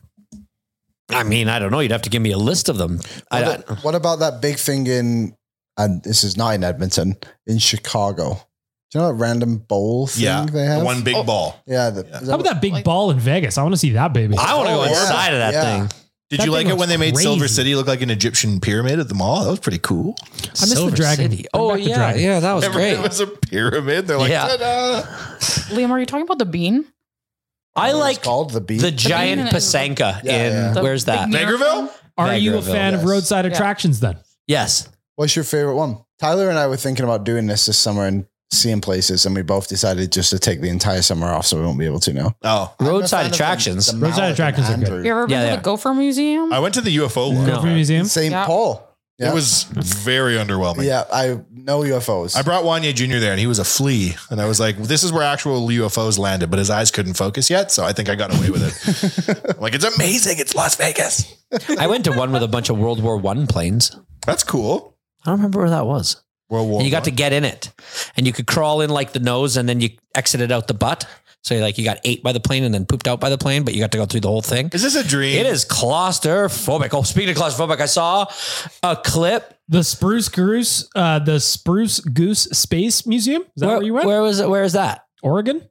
I mean, I don't know. You'd have to give me a list of them. I, I,
What, what about that big thing in, and this is not in Edmonton, in Chicago? Do you know that random bowl thing
Yeah,
they have?
one big ball.
Yeah. the- is
How about that big ball in Vegas? I want to see that baby.
I want to go
Oh, yeah.
inside of that
Yeah.
thing.
Did you
That thing
like it
looks
when they made Silver
crazy.
City look like an Egyptian pyramid at the mall? That was pretty cool.
I miss the dragon. Bring
Oh
back the
yeah,
dragon.
yeah, that was
Remember,
great.
It was a pyramid. They're like,
Yeah.
ta-da.
Liam, are you talking about the bean?
I
It's
like
called the beach.
the giant Pasanka
Yeah,
in
yeah.
The
where's that?
big miracle?
Negerville?
Are you a
Niagara
fan of
Falls.
roadside
Yeah.
attractions then?
Yes.
What's your favorite one? Tyler and I were thinking about doing this this summer and seeing places, and we both decided just to take the entire summer off, so we won't be able to now.
Oh,
I'm a
Roadside
fan of the-
attractions.
the
Roadside
Mallard in
attractions are good.
Andrew.
You ever
Yeah,
been
yeah.
to the Gopher Museum?
I went to the UFO one.
Go for a museum.
St.
Yeah.
Paul. Yeah.
It was very underwhelming.
yeah, I know UFOs.
I brought Wanye Jr. there and he was a flea. And I was like, this is where actual UFOs landed, but his eyes couldn't focus yet. So I think I got away with it. I'm like, it's amazing. It's Las Vegas.
I went to one with a bunch of World War One planes.
That's cool.
I don't remember where that was.
World War
And you got to
One.
get in it, and you could crawl in like the nose, and then you exited out the butt. So you're like you got ate by the plane and then pooped out by the plane, but you got to go through the whole thing.
Is this a dream?
It is claustrophobic. Oh, speaking of claustrophobic, I saw a clip.
The Spruce Goose, uh, the Spruce Goose Space Museum. Is that where, you went?
Where was it? Where is that?
Oregon?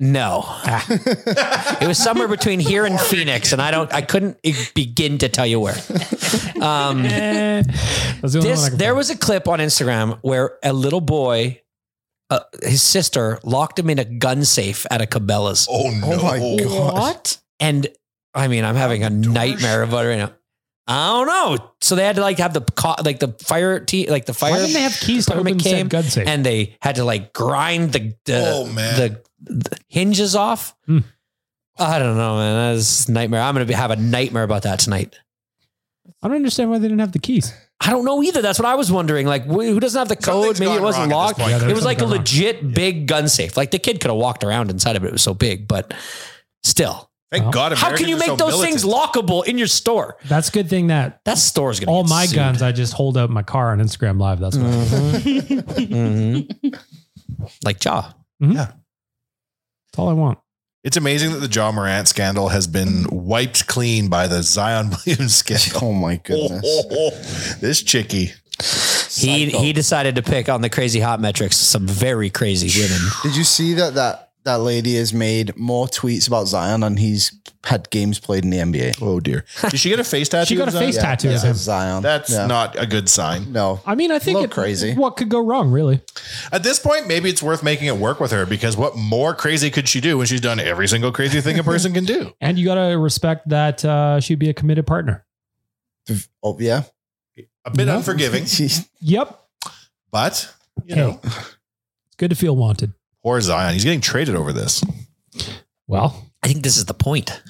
No,
Ah.
it was somewhere between here and Phoenix, and I don't, I couldn't e- begin to tell you where. Um,
Eh, that's the only one I
this,
can
there
find.
was a clip on Instagram where a little boy, uh, his sister, locked him in a gun safe at a Cabela's,
Oh, no.
Oh my God.
What?
and I mean, I'm having a nightmare about it right now. I don't know. So they had to like have the co- like the fire te- like the fire.
Why didn't they have keys to
department
open said gun safe?
and they had to like grind the the,
Oh, man.
the, the hinges off.
Hmm.
I don't know, man. That's a nightmare. I'm gonna be, have a nightmare about that tonight.
I don't understand why they didn't have the keys.
I don't know either. That's what I was wondering. Like, wh- who doesn't have the code?
Something's
Maybe
gone
it wasn't
wrong at
locked.
this point. Yeah,
it
there's
was like a
something gone
legit big gun safe. Like the kid could have walked around inside of it. It was so big, but still,
Thank
Well,
God.
how can
Americans
you
are
make
so
those
militant.
things lockable in your store?
That's a good thing that
That store's gonna
all
get
my
sued.
guns I just hold out my car on Instagram Live. That's what I
Mhm. like jaw.
that's all I want.
It's amazing that the John Morant scandal has been wiped clean by the Zion Williams scandal.
Oh my
Oh,
goodness.
oh, oh. This chickie.
He
Psycho.
he decided to pick on the crazy hot metrics some very crazy women.
Did you see that that that lady has made more tweets about Zion and he's had games played in the NBA?
Oh dear. Did she get a face tattoo?
She got
of
a
uh,
Zion?
face tattoo
Yeah,
of him.
Zion.
That's
Yeah.
not a good sign.
no.
I mean, I think
Look
it,
crazy.
What could go wrong, really?
At this point, maybe it's worth making it work with her because what more crazy could she do when she's done every single crazy thing a person can do?
And you gotta respect that uh, she'd be a committed partner.
Oh yeah.
A bit
No.
unforgiving,
Yep,
but you
Hey.
know,
it's good to feel wanted.
poor Zion. He's getting traded over this.
Well,
I think this is the point.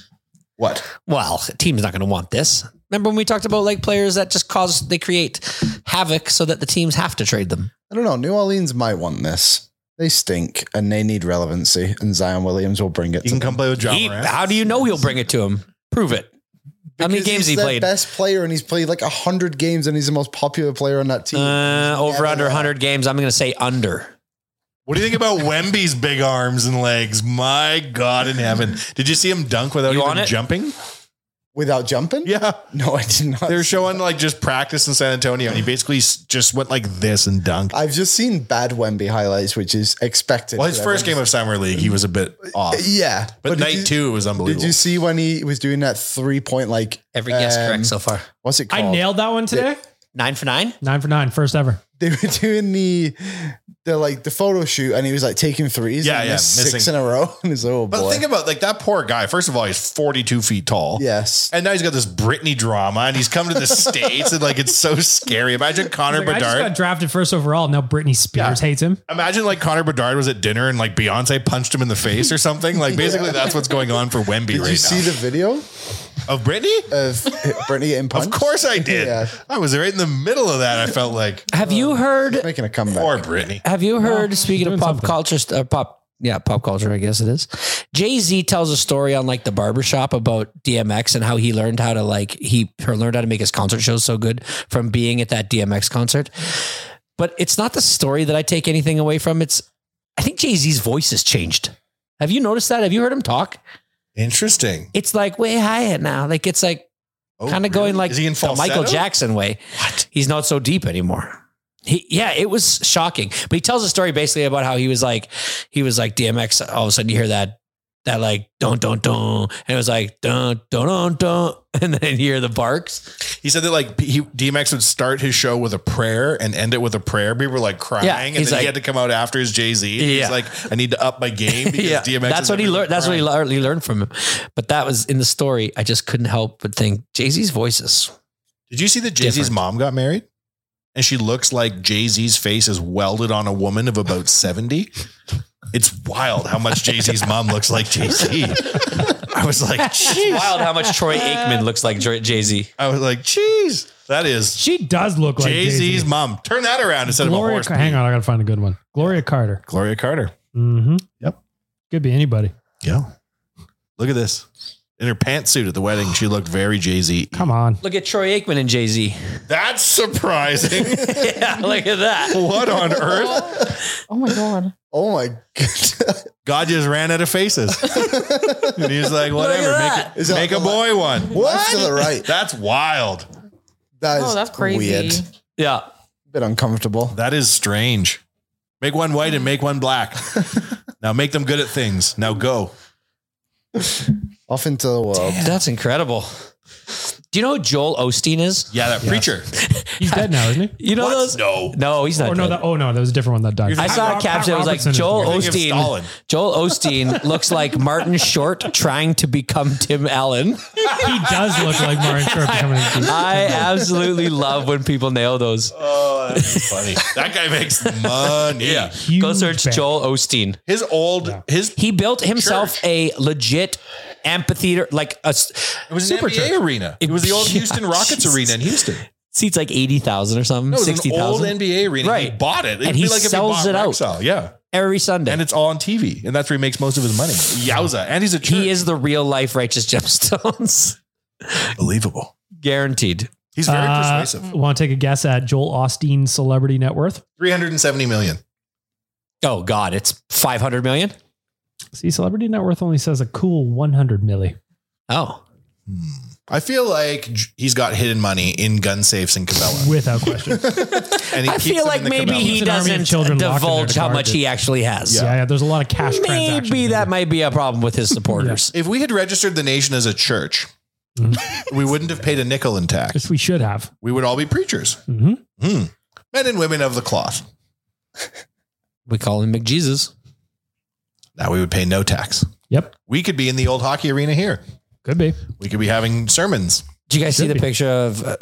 What?
Well, a team's not going to want this. Remember when we talked about like players that just cause they create havoc so that the teams have to trade them.
I don't know. New Orleans might want this. They stink and they need relevancy, and Zion Williams will bring it. to
You can come play with John
He-
Morant.
how do you know he'll bring it to him? Prove it. how many
Because
games
he's
he
their
played?
Best player, and he's played like hundred games, and he's the most popular player on that team.
Uh, over
Yeah,
under
yeah.
100 games. I'm going to say under.
What do you think about Wemby's big arms and legs? My God in heaven! Did you see him dunk without
You on
even
it?
jumping?
Without jumping?
Yeah,
No, I did not.
they were showing like just practice in San Antonio, and he basically s- just went like this and dunked.
I've just seen bad Wemby highlights, which is expected.
Well, his first game of summer league, he was a bit off,
yeah, did
but, night
you-
two was unbelievable.
Did you see when he was doing that three point like
Every guess
um,
correct so far.
What's it
I
called?
nailed that one today.
Nine for nine?
Nine for nine, first ever.
they were doing the the like the photo shoot, and he was like taking threes.
Yeah,
and
yeah,
missed six
missing.
in a row. And he's like, oh boy.
But think about like that poor guy. First of all, he's 42 feet tall.
Yes.
And now he's got this Britney drama and he's come to the States and like it's so scary. Imagine Connor
Like, I just
Bedard.
got drafted first overall. Now Britney Spears hates him.
Imagine like Connor Bedard was at dinner and like Beyonce punched him in the face or something. Like basically
Yeah.
that's what's going on for Wemby
Did
right
you see uh,
now.
the video?
of Britney?
Of Britney getting punched?
Of course I did. I was right in the middle of that. I felt like
Have
uh,
you heard
making a comeback?
Poor Britney.
Have you heard? speaking of
doing
pop
something.
culture, st- uh, pop yeah, pop culture. I guess it is. Jay Z tells a story on like the barbershop about DMX and how he learned how to like he or learned how to make his concert shows so good from being at that DMX concert. But it's not the story that I take anything away from. It's I think Jay Z's voice has changed. Have you noticed that? Have you heard him talk?
Interesting. Oh,
It's like way higher now. Like it's like kind of going like the Michael
falsetto?
Jackson way. He's not so deep anymore. He, yeah, it was shocking. But he tells a story basically about how he was like, he was like DMX. All of a sudden, you hear that that like don't don't don't, and it was like don't don't don't don't, and then you hear the barks.
He said that like he, DMX would start his show with a prayer and end it with a prayer. People were like crying,
Yeah,
and then
he's
he
like-
had to come out after his Jay Z. He's
Yeah.
like, I need to up my game because
yeah,
DMX.
that's
is
what he
everywhere
learned. That's what he
crying.
learned, he learned from him. But that was in the story. I just couldn't help but think Jay Z's voices.
Did you see that Jay Z's
Different.
mom got married? And she looks like Jay Z's face is welded on a woman of about 70. It's wild how much Jay Z's mom looks like Jay Z. I was like, jeez.
Wild how much Troy Aikman looks like Jay Z.
I was like, jeez. That is.
She does look like
Jay
Jay-Z.
Z's mom. Turn that around instead
Gloria,
of a horse.
Car- hang on, I gotta find a good one. Gloria Carter.
Gloria Carter.
Mm-hmm.
Yep.
Could be anybody.
Yeah. Look at this. In her pantsuit at the wedding, she looked very Jay Z.
Come on.
Look at Troy Aikman and Jay Z.
That's surprising.
yeah, look at that.
What on earth?
Oh my god.
Oh my god.
God just ran out of faces. and he's like,
Look
whatever,
at
make,
that.
it, make a boy one.
What? To the right.
That's wild.
That is
Oh, that's crazy.
Weird.
Yeah.
Bit uncomfortable.
That is strange. Make one white and make one black. now make them good at things. Now go.
Off into the world.
That's incredible. Do you know who Joel Osteen is?
Yeah, that preacher.
He's dead now, isn't he?
You know those?
No.
No, he's not.
Or no,
dead.
that, oh no, that was a different one that died.
I saw a
Pat
caption. It was like
Robertson is
Joel
the one.
You're thinking of
Osteen.
Stalin.
Joel Osteen looks like Martin Short trying to become Tim Allen.
He does look like Martin Short becoming a
I absolutely love when people nail those.
Oh, that's funny. that guy makes money.
huge
Go search
band.
Joel Osteen.
His old his
He built himself
Church.
a legit amphitheater, like a s-
it was an
super
NBA
church.
arena. It was the old
Yeah.
Houston Rockets arena in Houston.
Seats like eighty thousand or something,
No, it was
sixty
an old
thousand
NBA arena. He
Right.
bought it. It'd
he
be if
sells
bought
it out.
Rexall. Yeah.
every Sunday.
And it's all on TV. And that's where he makes most of his money. Yowza. And he's a church.
he is the real life righteous gemstones,
unbelievable.
guaranteed.
He's very
Uh,
persuasive.
Want to take a guess at Joel Austin celebrity net worth?
370 million.
Oh God, it's five hundred million.
See, celebrity net worth only says a cool 100 milli.
Oh,
I feel like j- he's got hidden money in gun safes in Cabela.
Without question.
And he
I
keeps
feel
them
like
in the
maybe
Cabela.
he
It's an army of
doesn't
children locked in their
divulge how
car
much
that-
he actually has.
yeah, yeah, there's a lot of cash transactions.
Maybe
in
that
there.
might be a problem with his supporters.
If we had registered the nation as a church, we wouldn't have paid a nickel in tax.
Yes, we should have.
We would all be preachers,
hmm
Hmm. men and women of the cloth.
We call him McJesus.
Now we would pay no tax.
Yep,
We could be in the old hockey arena here.
could be.
We could be having sermons.
Do you guys see
Should
the
be.
picture of uh,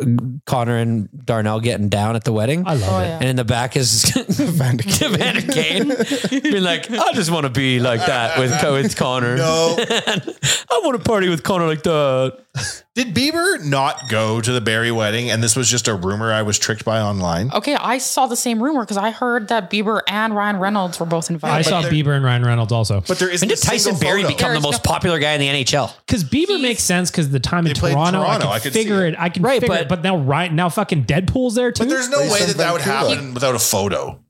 Connor and Darnell getting down at the wedding?
I love
Oh
it.
yeah.
and in the back is
Van de Kane.
Van de Kane. Being like, I just want to be like that with, with Connor.
No.
I want to party with Connor like that.
Did Bieber not go to the Barry wedding? And this was just a rumor I was tricked by online.
Okay, I saw the same rumor because I heard that Bieber and Ryan Reynolds were both
I
invited.
saw Bieber and Ryan Reynolds also.
But there isn't
And
a
did Tyson
single
Berry
photo.
become the most popular guy in the NHL?
Because Bieber makes sense because the time in
They played
Toronto,
Toronto,
I
I
can
could
figure
see
it.
it.
I can
Right,
figure it.
but-
But now, Ryan, now fucking Deadpool's there too.
But there's no
Based
way
on
that that would
Vancouver.
happen without a photo.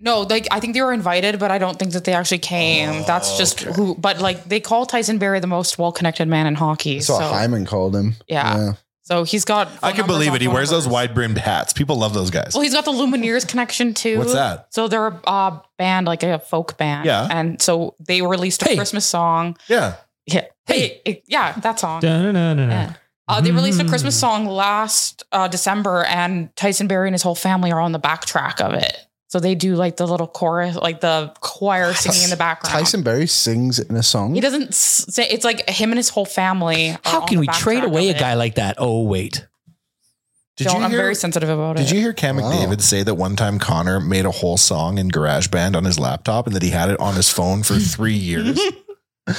No, like I think they were invited, but I don't think that they actually came. That's just who. But like they call Tyson Berry the most well-connected man in hockey.
That's what
so
Hyman called him.
Yeah. so he's got.
I can
phone numbers
believe
on
it. He
phone
wears those
numbers.
wide brimmed hats. People love those guys.
Well, he's got the Lumineers connection too.
What's that?
So they're a uh, band, like a folk band.
Yeah.
And so they released a
Hey.
Christmas song.
Yeah.
Yeah. Hey. yeah, that song.
Da-na-na-na-na.
Yeah. Uh, they released a
Hmm.
Christmas song last uh, December, and Tyson Berry and his whole family are on the backtrack of it. So they do like the little chorus, like the choir singing in the background.
Tyson Berry sings in a song.
He doesn't s- say it's like him and his whole family. are
How
on
can
the
we
backtrack
trade away
of
a
it.
guy like that? Oh wait.
Don't- I'm very sensitive about
Did
it.
you hear Cam McDavid say that one time Connor made a whole song in GarageBand on his laptop and that he had it on his phone for three years? He's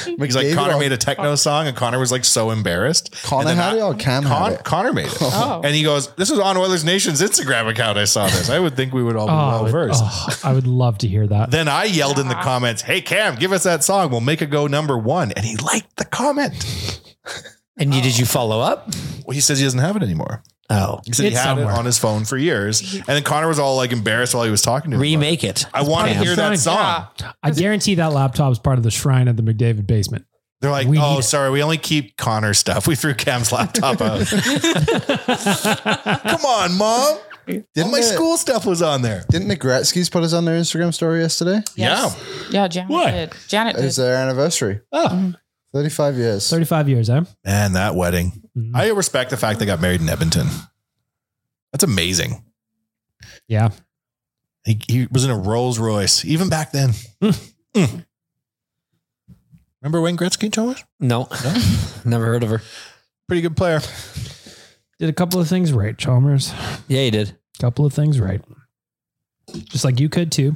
like,
McDavid
Connor
on-
made a techno song and Connor was like so embarrassed.
Connor
And then
had
I-
it or Cam had
Con-
it?
Connor made it.
Oh.
And he goes, This is on Oilers Nation's Instagram account. I saw this. I would think we would all be well
I, would,
versed.
oh, I would love to hear that.
Then I yelled in the comments, Hey, Cam, give us that song. We'll make it go number one. And he liked the comment.
And you, did you follow up?
Well, he says he doesn't have it anymore.
Oh,
He said he
It's
had
somewhere.
it on his phone for years. And then Connor was all like embarrassed while he was talking to him.
Remake it.
I want to
Cam.
hear that song.
I guarantee that laptop is part of the shrine at the McDavid basement.
They're like,
We
oh,
need-
sorry, we only keep Connor stuff. We threw Cam's laptop out. Come on, mom. All my
it-
school stuff was on there.
Didn't the Gretzky's put us on their Instagram story yesterday?
Yeah.
Yeah, Janet
What?
did. Janet
It was
did.
their anniversary.
Oh.
35 years.
35 years, eh? Mm,
Man, that wedding. I respect the fact they got married in Edmonton. That's amazing.
Yeah.
He, he was in a Rolls Royce even back then. Mm. Remember Wayne Gretzky, Thomas?
No, never heard of her.
Pretty good player.
Did a couple of things right, Chalmers.
Yeah, you did.
Couple of things right. Just like you could too.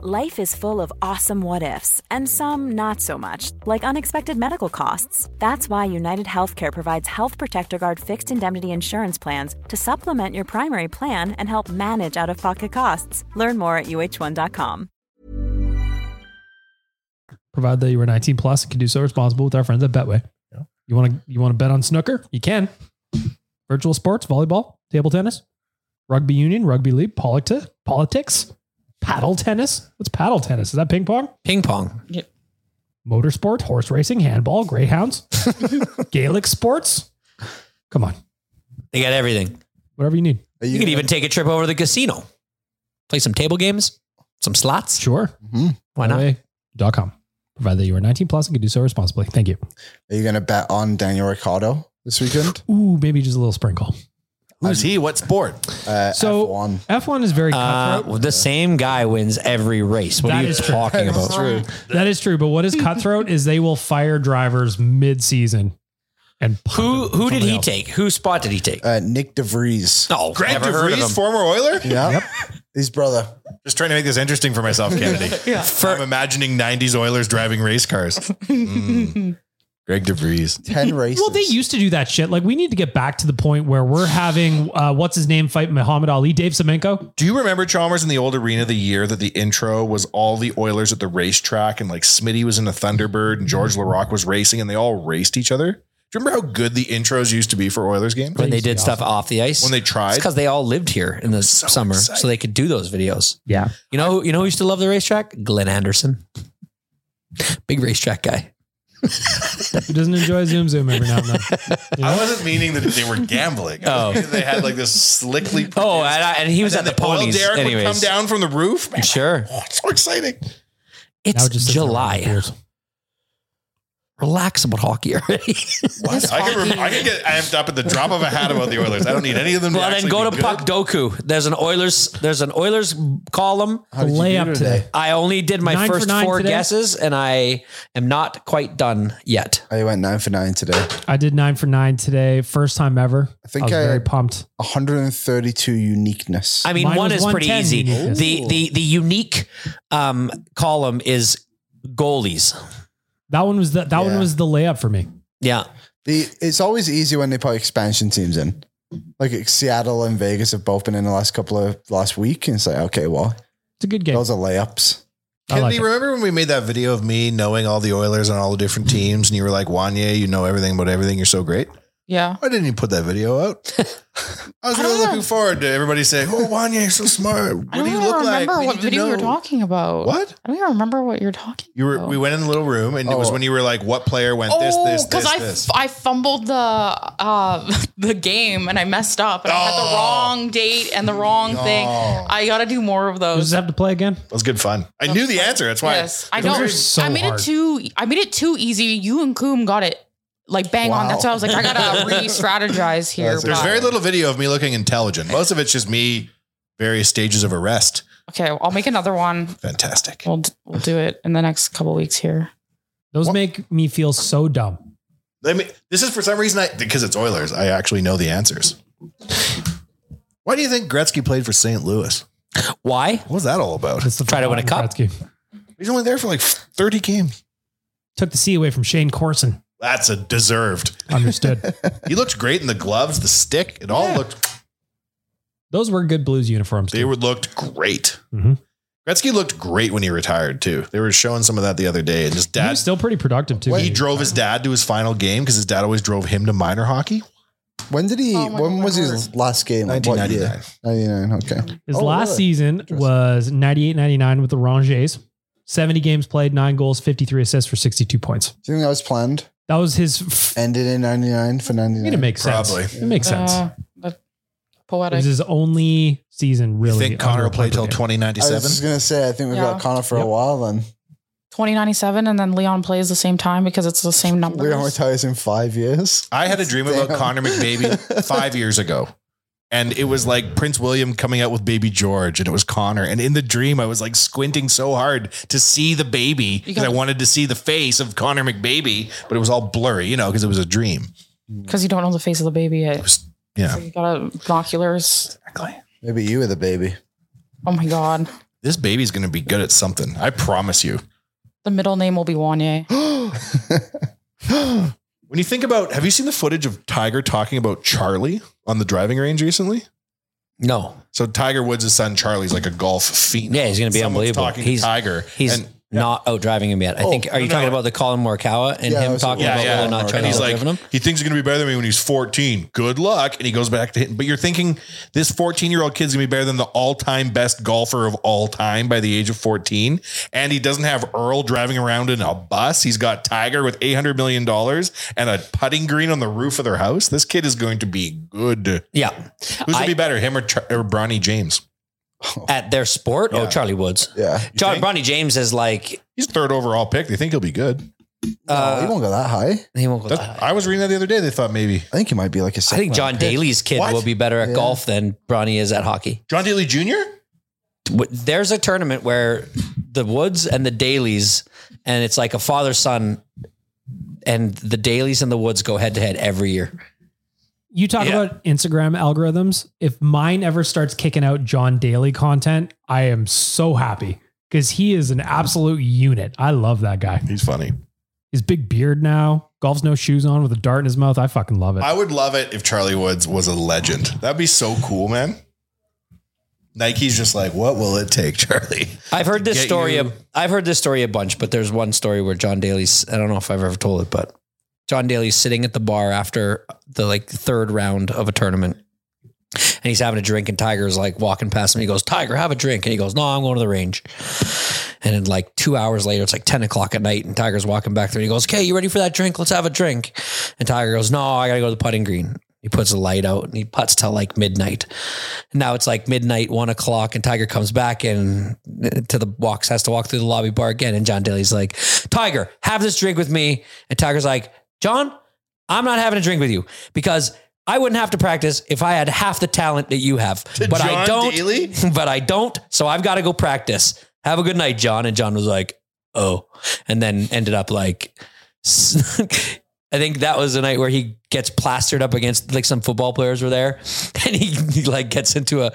Life is full of awesome what ifs and some not so much, like unexpected medical costs. That's why United Healthcare provides Health Protector Guard fixed indemnity insurance plans to supplement your primary plan and help manage out of pocket costs. Learn more at uh1.com.
Provided that you were 19 plus and can do so responsible with our friends at Betway. You want to you want to bet on snooker? You can. Virtual sports, volleyball, table tennis, rugby union, rugby league, politi- politics, paddle tennis. What's paddle tennis? Is that ping pong?
Ping pong.
Yeah.
Motorsport, horse racing, handball, greyhounds, Gaelic sports. Come on,
They got everything.
whatever you need.
You, can even take a trip over to the casino, play some table games, some slots.
Sure.
Why not?
Betway.com. Provided that you are 19 plus and can do so responsibly. Thank you.
Are you going to bet on Daniel Ricciardo this weekend?
Ooh, maybe just a little sprinkle.
Who's he? What sport?
Uh,
So
F1.
F1 is very
Uh,
cutthroat.
well, the same guy wins every race. What
That
are you
is true.
talking
That is
about?
true. That is true. But what is cutthroat is they will fire drivers mid-season and pump
Who
them with
who did
somebody
he
else.
take? Whose spot did he take?
Uh, Nick DeVries.
Oh,
Greg
never heard of him.
DeVries, former Oiler?
Yeah. His brother.
Just trying to make this interesting for myself, Kennedy.
Yeah.
I'm imagining 90s Oilers driving race cars. Mm. Greg DeVries.
10 races.
Well, they used to do that shit. Like we need to get back to the point where we're having uh, what's his name fight Muhammad Ali, Dave Semenko.
Do you remember Chalmers in the old arena the year that the intro was all the Oilers at the racetrack and like Smitty was in a Thunderbird and George
Mm-hmm.
LaRocque was racing and they all raced each other? Do you remember how good the intros used to be for Oilers games?
when they did
awesome.
stuff off the ice.
When they tried?
because they all lived here in the summer, so they could do those videos.
Yeah.
You know, you know who used to love the racetrack? Glenn Anderson, big racetrack guy.
Who doesn't enjoy Zoom Zoom every now and then?
I wasn't meaning that they were gambling. I was
Oh.
meaning they had like this slickly.
Oh, and, I, and he was
And
at the,
oil
ponies.
derrick
Anyways,
would come down from the roof. Man,
sure.
oh, it's so exciting.
Now
It's
it just sits around
July.
for years.
relax about hockey already.
What? I, can rem- I can get amped up at the drop of a hat about the Oilers. I don't need any of them.
Well, then
actually
go to
be good.
Puck Doku. There's an Oilers. There's an Oilers column.
How did you Layup do today? today?
I only did my
Nine for
first
nine
four
today?
guesses, and I am not quite done yet.
I went nine for nine today.
I did nine for nine today. First time ever. I
think
was
I-
very pumped.
132 uniqueness.
I mean,
Mine
one
was
is pretty
110
easy.
uniqueness.
The the the unique um, column is goalies.
That one was the that one was the layup for me.
Yeah.
The it's always easy when they put expansion teams in. Like Seattle and Vegas have both been in the last couple of last week, and it's like, okay, well,
it's a good game.
Those are layups.
Kenny, remember when we made that video of me knowing all the Oilers and all the different teams, and you were like, Wanye, you know everything about everything. You're so great.
Yeah.
Why didn't you put that video out? I was really looking forward to everybody saying, "Oh, Wanye, you're so smart. What
I don't
do you
even
look like?"
remember
We
what
need to
video you were
know."
talking about. Oh.
What? Oh.
I don't even remember what you're talking.
You were. We went in the little room, and it was when you were like, "What player went this, this, this,
Oh, I,
this?"
I fumbled the uh, the game and I messed up and I had
Oh.
the wrong date and the wrong thing.
No.
I got to do more of
Does
those.
this have to play again?
Oh, That was good fun. I knew the answer. That's why.
Yes, I
Those
know.
are
I made it too. I made it too easy. You and Coom got it like bang on.
Wow.
That's why I was like, I gotta re-strategize here.
There's
but-
very little video of me looking intelligent. Most of it's just me, various stages of arrest.
Okay, I'll make another one.
Fantastic.
We'll we'll do it in the next couple weeks here.
Those make me feel so dumb.
I mean, this is for some reason I because it's Oilers. I actually know the answers. Why do you think Gretzky played for St. Louis?
Why?
What was that all about?
It's the
Try to win a cup.
He's only there for like 30 games.
Took the C away from Shane Corson.
That's a deserved.
Understood.
He looked great in the gloves, the stick. It all looked.
Those were good Blues uniforms.
They
too.
were looked great.
Mhm.
Gretzky looked great when he retired too. They were showing some of that the other day, and his
He
dad
was still pretty productive too.
he drove his dad to his final game because his dad always drove him to minor hockey.
When did he? when was his last game? Like, what year? 99. Okay.
His last season was 98 99 with the Rangers. 70 games played, nine goals, 53 assists for 62 points.
Do you think that was planned?
That was his. F-
Ended in 99 for 99.
I mean, it makes sense.
Probably.
It makes sense.
Uh, but
it
poetic.
was his only season, really. Oh,
think Connor
under
will play till
Peppermint.
I was
2097?
just going to say, I think we've got
Yeah.
Connor for a while then.
2097 and then Leon plays the same time because it's the same number.
Leon retires in five years.
I had a dream about
Damn.
Connor McBaby five years ago. And it was like Prince William coming out with baby George, and it was Connor. And in the dream, I was like squinting so hard to see the baby because I wanted to see the face of Connor McBaby, but it was all blurry, you know, because it was a dream.
Because you don't know the face of the baby yet.
Yeah.
You got binoculars.
Maybe you were the baby.
Oh my god.
This baby's going to be good at something. I promise you.
The middle name will be Wanye.
When you think about, have you seen the footage of Tiger talking about Charlie on the driving range recently?
No.
So Tiger Woods' son Charlie's like a golf fiend.
Yeah, he's going to be unbelievable.
Talking
He's
to Tiger.
He's
and-
not out driving him yet. I
Oh,
think. Are you
no,
talking
no.
about the Colin Morikawa and
Yeah,
him
that's
talking
what-
about
Yeah,
whether or not trying
and
to
he's
outdrive
like,
him?
he thinks he's going to be better than me when he's 14. Good luck. And he goes back to him. But you're thinking this 14 year old kid's going to be better than the all time best golfer of all time by the age of 14. And he doesn't have Earl driving around in a bus. He's got Tiger with $800 million and a putting green on the roof of their house. This kid is going to be good.
Yeah.
Who's going
I-
to be better, him or, Char- or Bronny James?
At their sport? Oh,
Yeah.
Charlie Woods.
Yeah.
Charlie Bronny James is like.
He's third overall pick. They think he'll be good.
he
Uh,
won't go that high.
he won't go that
That's-
high.
I was reading that the other day. They thought maybe
I think he might be like a
I think
second
John
round pick.
Daly's kid
What?
will be better at
Yeah.
golf than Bronny is at hockey.
John Daly Jr.
Wh- There's a tournament where the Woods and the Dailies, and it's like a father son, and the Dailies and the Woods go head to head every year.
You talk
Yeah.
about Instagram algorithms. If mine ever starts kicking out John Daly content, I am so happy because he is an absolute unit. I love that guy.
He's funny.
His big beard now, golf's no shoes on with a dart in his mouth. I fucking love it.
I would love it if Charlie Woods was a legend. That'd be so cool, man. Nike's just like, what will it take, Charlie?
I've heard this
get
story.
you-
A, I've heard this story a bunch, but there's one story where John Daly's. I don't know if I've ever told it, but John Daly's sitting at the bar after the like third round of a tournament, and he's having a drink, and Tiger's like walking past him. He goes, "Tiger, have a drink," and he goes, "No, I'm going to the range." And then like two hours later, it's like ten o'clock at night, and Tiger's walking back there. And he goes, "Okay, you ready for that drink? Let's have a drink." And Tiger goes, "No, I got to go to the putting green." He puts a light out and he puts till like midnight. Now it's like midnight, one o'clock, and Tiger comes back and to the walks has to walk through the lobby bar again. And John Daly's like, "Tiger, have this drink with me." And Tiger's like, "John, I'm not having a drink with you because." I wouldn't have to practice if I had half the talent that you have,
To
but I
John
don't.
Daly?
But I don't, so I've got to go practice. Have a good night, John. And John was like, "Oh," and then ended up like I think that was the night where he gets plastered up against like some football players were there, and he, he like gets into a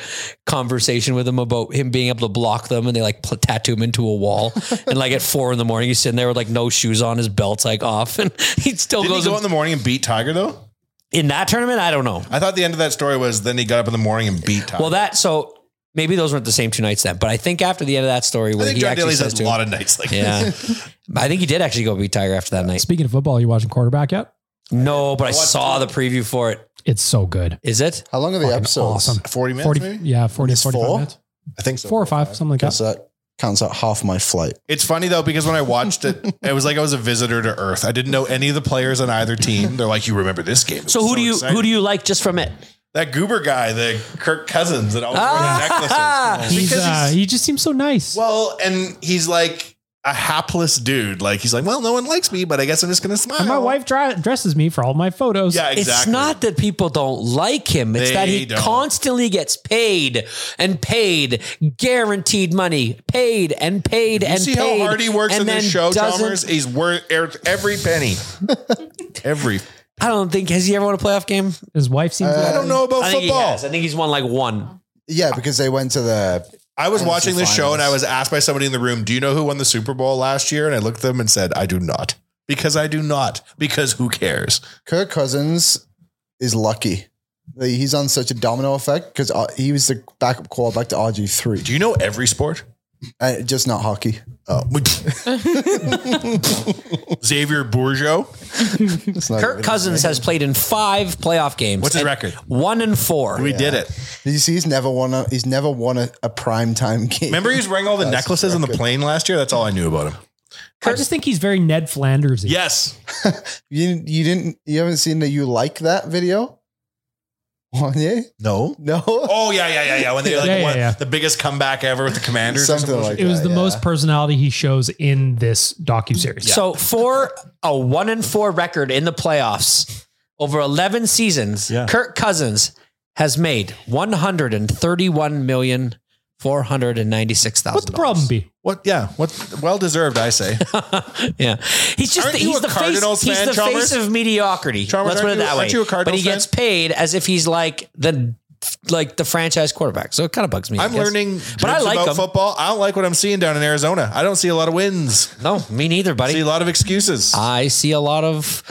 conversation with them about him being able to block them, and they like pl- tattoo him into a wall, and like at four in the morning he's sitting there with like no shoes on, his belt's like off, and he still
Did he
goes
go
and-
out in the morning and beat Tiger though?
In that tournament, I don't know.
I thought the end of that story was then he got up in the morning and beat Tiger.
Well, that so maybe those weren't the same two nights then, but I think after the end of that story, where
think
he
John
actually
Daly's
says
had
to
a
him-
lot of nights like
yeah, I think he did actually go beat Tiger after that night.
Speaking of football, you watching quarterback yet?
No, but I saw the preview for it.
It's so good.
Is it?
How long are the
Fucking
episodes?
awesome.
40
40, yeah, 40 to 45 minutes.
I think so.
Four or five, something like that.
Counts that counts out half my flight.
It's funny though because when I watched it, it was like I was a visitor to Earth. I didn't know any of the players on either team. They're like, "You remember this game?" It
So
was
who do you
exciting."
who do you like just from it?
That goober guy, the Kirk Cousins that always
Ah!
wore the necklaces.
He's,
Because
uh, he just seems so nice.
Well, and he's like a hapless dude. Like he's like, well, no one likes me, but I guess I'm just gonna smile.
and my wife dri- dresses me for all my photos.
Yeah,
It's
exactly.
not that people don't like him. It's
They
that he
don't.
constantly gets paid and paid, guaranteed money, paid and paid
you
and
see
paid.
how hard he works
and
in this
then
show,
doesn't-
Chalmers? He's worth every penny. every.
I don't think has he ever won a playoff game?
His wife seems.
I don't know
Oh,
I think He has. I think he's won like one.
Yeah, because they went to the.
I was
NFC
watching this show and I
Finals.
was asked by somebody in the room, "Do you know who won the Super Bowl last year?" And I looked at them and said, "I do not." Because I do not. Because who cares?
Kirk Cousins is lucky. He's on such a domino effect because he was the backup quarterback to RG three.
Do you know every sport?
Uh, just not hockey.
Oh. Xavier Bourgeau.
It's not
Kirk
good.
Cousins has played in five playoff games.
What's his
and
record?
One and four.
We did it.
Did you Oh, see? He's never won a. He's never won a, a prime time game.
Remember he was wearing all the necklaces on the plane last year? That's all I knew about him.
I just think he's very Ned Flanders.
Yes.
You you didn't. You haven't seen the you like that video. Wanye?
No.
No.
Oh yeah, yeah, yeah, yeah. When they like
Yeah, yeah,
won
yeah.
the biggest comeback ever with the Commanders, or
Something like
It was
that,
the
yeah.
most personality he shows in this docu series.
So for a one and four record in the playoffs over eleven seasons,
Yeah.
Kirk Cousins has made one hundred and thirty-one million four hundred and ninety-six
What's the
thousand.
problem be?
What? Yeah. What? Well deserved, I say.
yeah, he's just
Aren't
the,
you
he's
a
the face.
Cardinals
He's
fan,
the
Chalmers?
face of mediocrity.
Chalmers,
Let's put
aren't
it
you-
that way.
aren't you a
but
Cardinals
he gets paid as if he's like the like the franchise quarterback. So it kind of bugs me. I
I'm
guess.
learning,
but I
dribs
like
about
him.
football. I don't like what I'm seeing down in Arizona. I don't see a lot of wins.
No, me neither,
I see
buddy.
a lot of excuses.
I see a lot of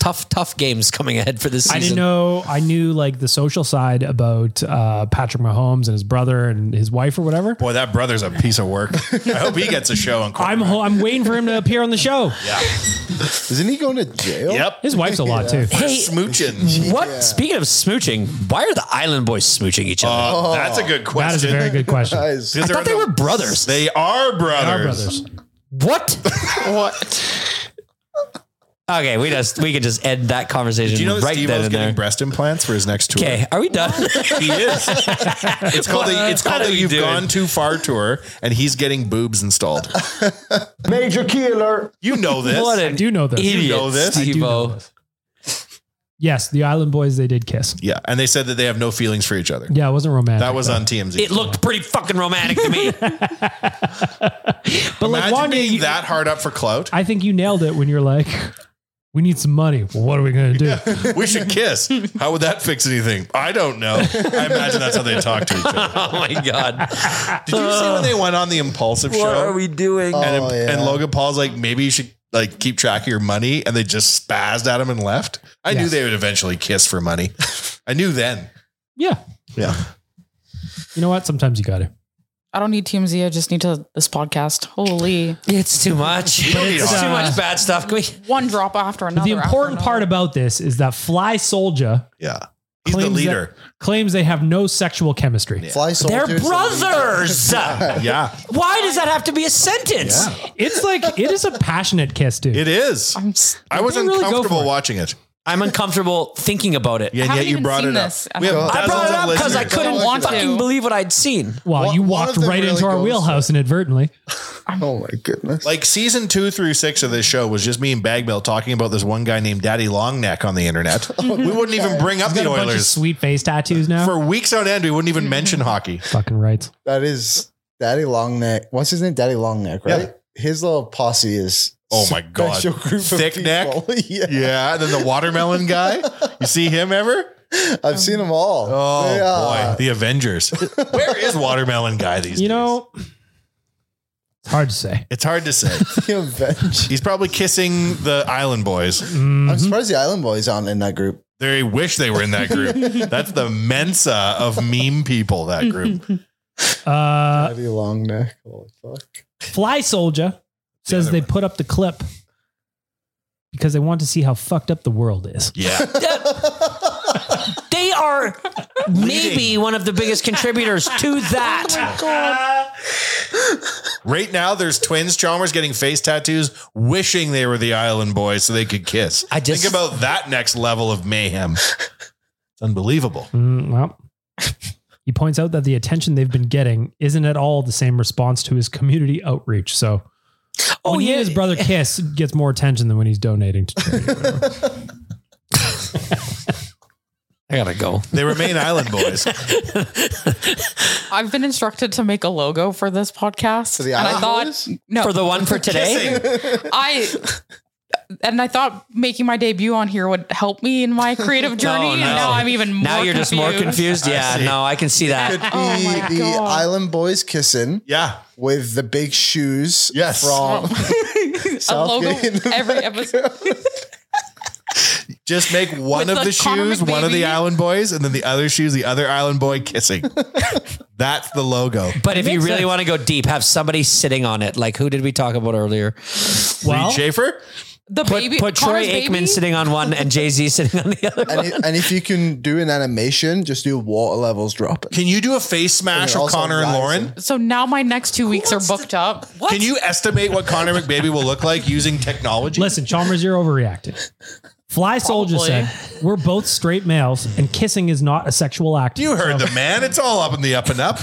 tough, tough games coming ahead for this season.
I didn't know. I knew like the social side about uh, Patrick Mahomes and his brother and his wife or whatever.
Boy, that brother's a piece of work. I hope he gets a show. On
I'm ho- I'm waiting for him to appear on the show.
Isn't he going to jail?
Yep.
His wife's a lot too.
Hey,
Smooching.
what? Speaking of smooching, why are the Island Boys smooching each
Uh,
other?
Oh, that's a good question.
That is a very good question.
That
They
is-
Because
I
they're
thought
in
they
the-
were brothers.
They are brothers.
are brothers.
what?
What?
Okay, we just we can just end that conversation
Do you know that
right
Steve
then
O's
and
getting
there.
breast implants for his next tour?
Okay, are we done?
He is. It's called the, it's
What
called the
are we
You've
doing?
Gone Too Far tour, and he's getting boobs installed.
Major key alert.
You know this.
what an
do know this.
idiot,
You know this.
I do know
Steve-O.
this. Yes, the Island Boys they did kiss.
Yeah, and they said that they have no feelings for each other.
Yeah, it wasn't romantic.
That was on TMZ.
It looked pretty fucking romantic to me.
but like
Imagine
Wanya,
being
you-
that hard up for clout.
I think you nailed it when you're like, we need some money. Well, what are we gonna do?
we should kiss. How would that fix anything? I don't know. I imagine that's how they talk to each other.
oh my god.
Did you see when they went on the impulsive show?
doing?
and,
Oh, yeah.
and Logan Paul's like, maybe you should like keep track of your money, and they just spazzed at him and left. I knew
Yes.
they would eventually kiss for money. I knew then.
yeah.
Yeah.
You know what? Sometimes you gotta.
I don't need TMZ. I just need to this podcast. Holy
It's too much. It's
all
too
that.
much bad stuff. Can we?
one drop after
But
another.
the important
after another.
part about this is that Fly Soldier
Yeah. He's the
Claims
leader.
claims they have no sexual chemistry.
Fly
They're
soldiers.
brothers.
yeah.
Why does that have to be a sentence?
It's like it is a passionate kiss, dude.
It is.
I'm s-
I was
they really go
uncomfortable
for it?
watching it.
I'm uncomfortable thinking about it.
Yeah, and yet you brought it up. We have
I brought it
dozens of
up because I
listeners.
couldn't
Don't want to.
fucking believe what I'd seen.
Wow, you walked right into our wheelhouse inadvertently.
Oh my goodness.
Like season two through six of this show was just me and Bagbill talking about this one guy named Daddy Longneck on the internet. we wouldn't even bring up
Oh, He's got
the
a bunch of
Oilers.
sweet face tattoos now.
For weeks on end, we wouldn't even mention hockey.
Fucking right.
That is Daddy Longneck. What's his name? Daddy Longneck, right? His little posse is
Oh my god.
special group of
Thick neck.
people. yeah.
and then the watermelon guy. You see him ever?
Um,
I've seen them all.
Oh
They are-
boy, the Avengers. Where is watermelon guy these
You know, it's hard to say.
It's hard to say.
The Avengers.
He's probably kissing the Island Boys.
Mm-hmm.
I'm surprised the Island Boys aren't in that group.
They wish they were in that group. That's the Mensa of meme people. That group.
Uh,
Daddy Longneck.
Oh
Holy fuck.
Fly Soldier says they put up the clip because they want to see how fucked up the world is.
Yeah.
They are maybe one of the biggest Oh contributors to that.
Right now, there's twins Chalmers getting face tattoos, wishing they were the Island Boys so they could kiss. I just think about that next level of mayhem. It's unbelievable.
Mm, well, he points out that the attention they've been getting isn't at all the same response to his community outreach. So, oh when he and his brother Kiss gets more attention than when he's donating to charity. or whatever.
I gotta go.
They remain Island Boys.
I've been instructed to make a logo for this podcast.
For the
and I
Island
thought
Boys?
no
For the one for today?
I and I thought making my debut on here would help me in my creative journey. And now I'm even more Oh
Now you're just more confused.
I
Yeah,
see.
no, I can see
Could be
that.
my
the
God.
Island Boys kissing.
Yeah.
With the big shoes.
Yes.
From
a logo
Southgate.
every episode.
Just make one
With
of
the
the,
Connor
shoes one of the
McBaby.
Island Boys, and then the other shoes the other Island Boy kissing. That's the logo.
But if you
makes
really
sense.
want to go deep, have somebody sitting on it. Like who did we talk about earlier?
well,
Reed Schaefer.
The
Put,
baby
put Troy
Connor's
Aikman
baby?
sitting on one and Jay Z sitting on the other.
and, if, and if you can do an animation, just do water levels dropping.
Can you do a face smash
And
of
also
Connor and
rising.
Lauren?
So now my next two weeks are booked up. What?
Can you estimate what Connor McBaby will look like using technology?
listen, Chalmers, you're overreacting. Fly Soldier
Probably.
said, "We're both straight males, and kissing is not a sexual act."
You heard the man. It's all up in the up and up.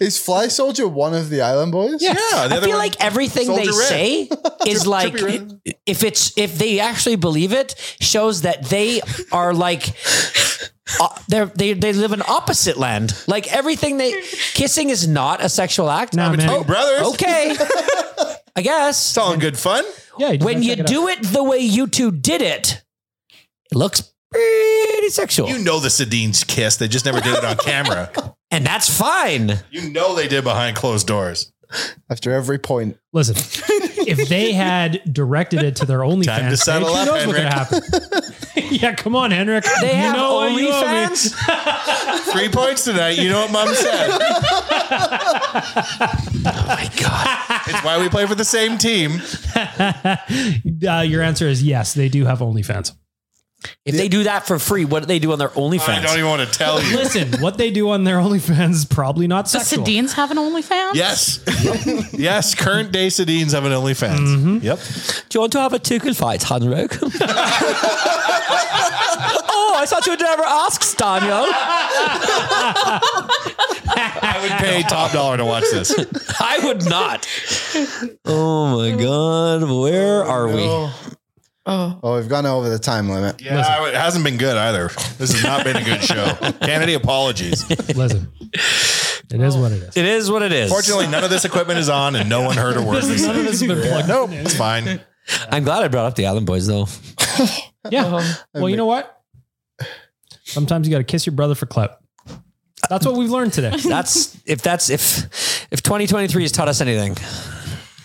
Is Fly Soldier one of the Island Boys?
Yeah. the
I
other
feel
one-
like everything they
Soldier Red.
say is like
Red.
if it's if they actually believe it shows that they are like uh, they're, they they live in opposite land. Like everything they kissing is not a sexual act.
Nah, man.
Twin brothers.
Okay, I guess
It's all in good fun.
Yeah, just
when
gotta
you
check it out.
do it the way you two did it, it looks pretty sexual,
You know the Sedines kiss. They just never did it on camera.
and that's fine.
You know they did behind closed doors.
After every point.
Listen, if they had directed it to their OnlyFans,
Time to
page,
settle
who
up,
knows what could happen? yeah, come on, Henrik.
They
you
have
know what you owe me.
OnlyFans.
Three points tonight. You know what mom said. oh
Oh
my god! It's why we play for the same team.
Uh, your answer is yes, they do have OnlyFans.
If they do that for free, what do they do on their
I
OnlyFans?
don't even want to tell you.
Listen, what they do on their OnlyFans is probably not
Does
sexual.
Sedines have an OnlyFans?
Yes, yes. Current day Sedines have an OnlyFans.
Mm-hmm.
Yep.
Do you want to have a tickle fight, Henrik? oh, I thought you'd never ask, Daniel.
I would pay top dollar to watch this.
I would not. Oh my God, where are we?
Oh, we've gone over the time limit.
Yeah, I would- it hasn't been good either. This has not been a good show. Kennedy, apologies.
Listen, it is what it is.
It is what it is.
Fortunately, none of this equipment is on, and no one heard a word. we
None of
said.
this has been plugged.
Nope, it's fine.
I'm glad I brought up the Island Boys, though.
Yeah. Uh-huh. Well, you know what? Sometimes you got to kiss your brother for clip. That's what we've learned today.
That's if that's if if 2023 has taught us anything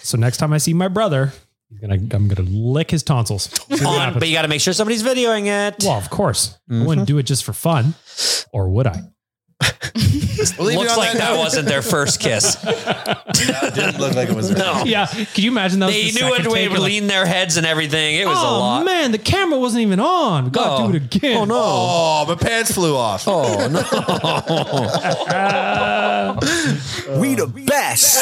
So next time I see my brother, he's gonna I'm gonna lick his tonsils. See what
on,
happens.
but you got to make sure somebody's videoing it.
Well, of course. I wouldn't do it just for fun, or would I?
We'll leave you
Looks
on
like that,
note.
wasn't their first kiss.
It didn't look like it was.
No,
Yeah. Could you imagine that?
they knew it. They lean their heads and everything. It was a
oh
lot.
man, the camera wasn't even on. We gotta
Oh.
do it again.
Oh no.
Oh, my pants flew off.
Oh no.
We the best.